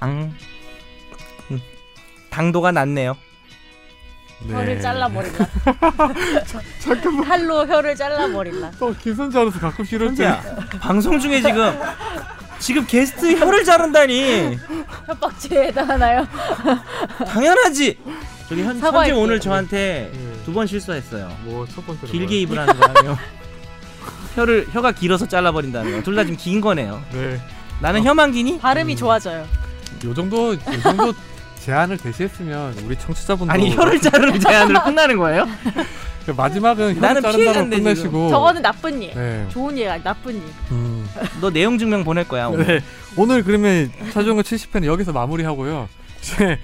S2: 앙. 음. 당도가 낮네요.
S1: 네.
S3: 혀를 네. 잘라버릴라. 잠깐만. 칼로 혀를 잘라버릴라.
S1: 또 어, 김선재 알아서 가끔 싫을 때.
S2: 방송 중에 지금 지금 게스트 혀를 자른다니
S3: 협박죄에 해당하나요?
S2: 당연하지. 저기 현, 현재
S3: 사과할게요.
S2: 오늘 저한테
S1: 예.
S2: 두 번 실수했어요.
S1: 뭐첫 번째
S2: 길게 입을 하는 거라며 혀를 혀가 길어서 잘라버린다며 둘 다 지금 긴 거네요.
S1: 네.
S2: 나는 혀만 기니?
S3: 발음이 좋아져요.
S1: 요 정도 요 정도 제안을 대시했으면 우리 청취자분도
S2: 아니 혀를 자르는 어. 제안으로 끝나는 거예요?
S1: 그 마지막은 혀를
S2: 나는
S1: 자른다고
S2: 피해갔네,
S1: 끝내시고
S3: 저거는 나쁜 일.
S1: 네.
S3: 좋은 일 아니 나쁜 일.
S1: 음.
S2: 너 내용 증명 보낼 거야 오늘.
S1: 오늘 그러면 차종은 70회는 여기서 마무리하고요. 이제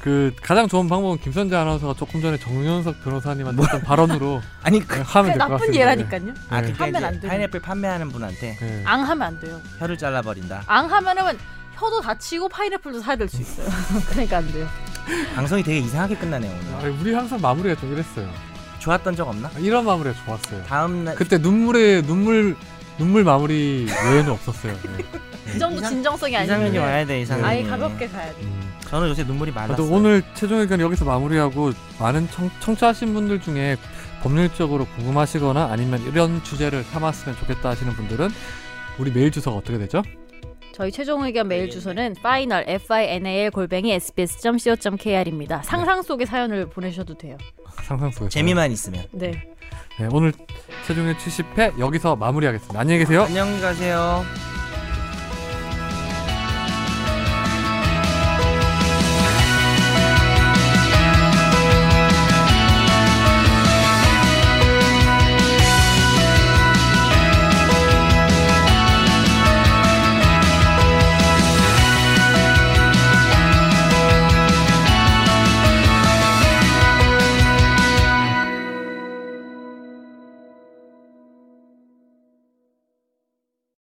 S1: 그 가장 좋은 방법은 김선재 아나운서가 조금 전에 정윤석 변호사님한테 했던 발언으로
S2: 아니 그
S1: 하면 될 것 같습니다.
S3: 나쁜 예라니까요.
S2: 아,
S1: 네.
S2: 그러니까
S3: 하면
S2: 이제
S3: 안 되는
S2: 파인애플 판매하는 분한테
S1: 네. 네.
S3: 앙 하면 안 돼요.
S2: 혀를 잘라버린다.
S3: 앙 하면은 혀도 다치고 파인애플도 사야 될 수 있어요. 그러니까 안 돼요.
S2: 방송이 되게 이상하게 끝나네요 오늘.
S1: 아, 우리 항상 마무리가 좀 이랬어요.
S2: 좋았던 적 없나?
S1: 이런 마무리가 좋았어요.
S2: 다음 날
S1: 그때 눈물의 눈물 눈물 마무리 외에는 없었어요. 네.
S3: 이그 정도
S2: 이상-
S3: 진정성이
S2: 이상현이
S3: 아니면
S2: 와야 돼 이상현.
S3: 아예 가볍게 가야 돼.
S1: 음.
S2: 저는 요새 눈물이
S1: 아, 또
S2: 말랐어요.
S1: 오늘 최종 의견 여기서 마무리하고 많은 청, 청취하신 분들 중에 법률적으로 궁금하시거나 아니면 이런 주제를 삼았으면 좋겠다 하시는 분들은 우리 메일 주소가 어떻게 되죠?
S3: 저희 최종 의견 메일 주소는 final final 골뱅이 sbs.co.kr입니다. 상상 속의 사연을 보내셔도 돼요.
S1: 상상 속에서
S2: 재미만 있으면.
S3: 네.
S1: 네, 오늘 최종 의견 70회 여기서 마무리하겠습니다. 안녕히 계세요.
S2: 안녕히 가세요.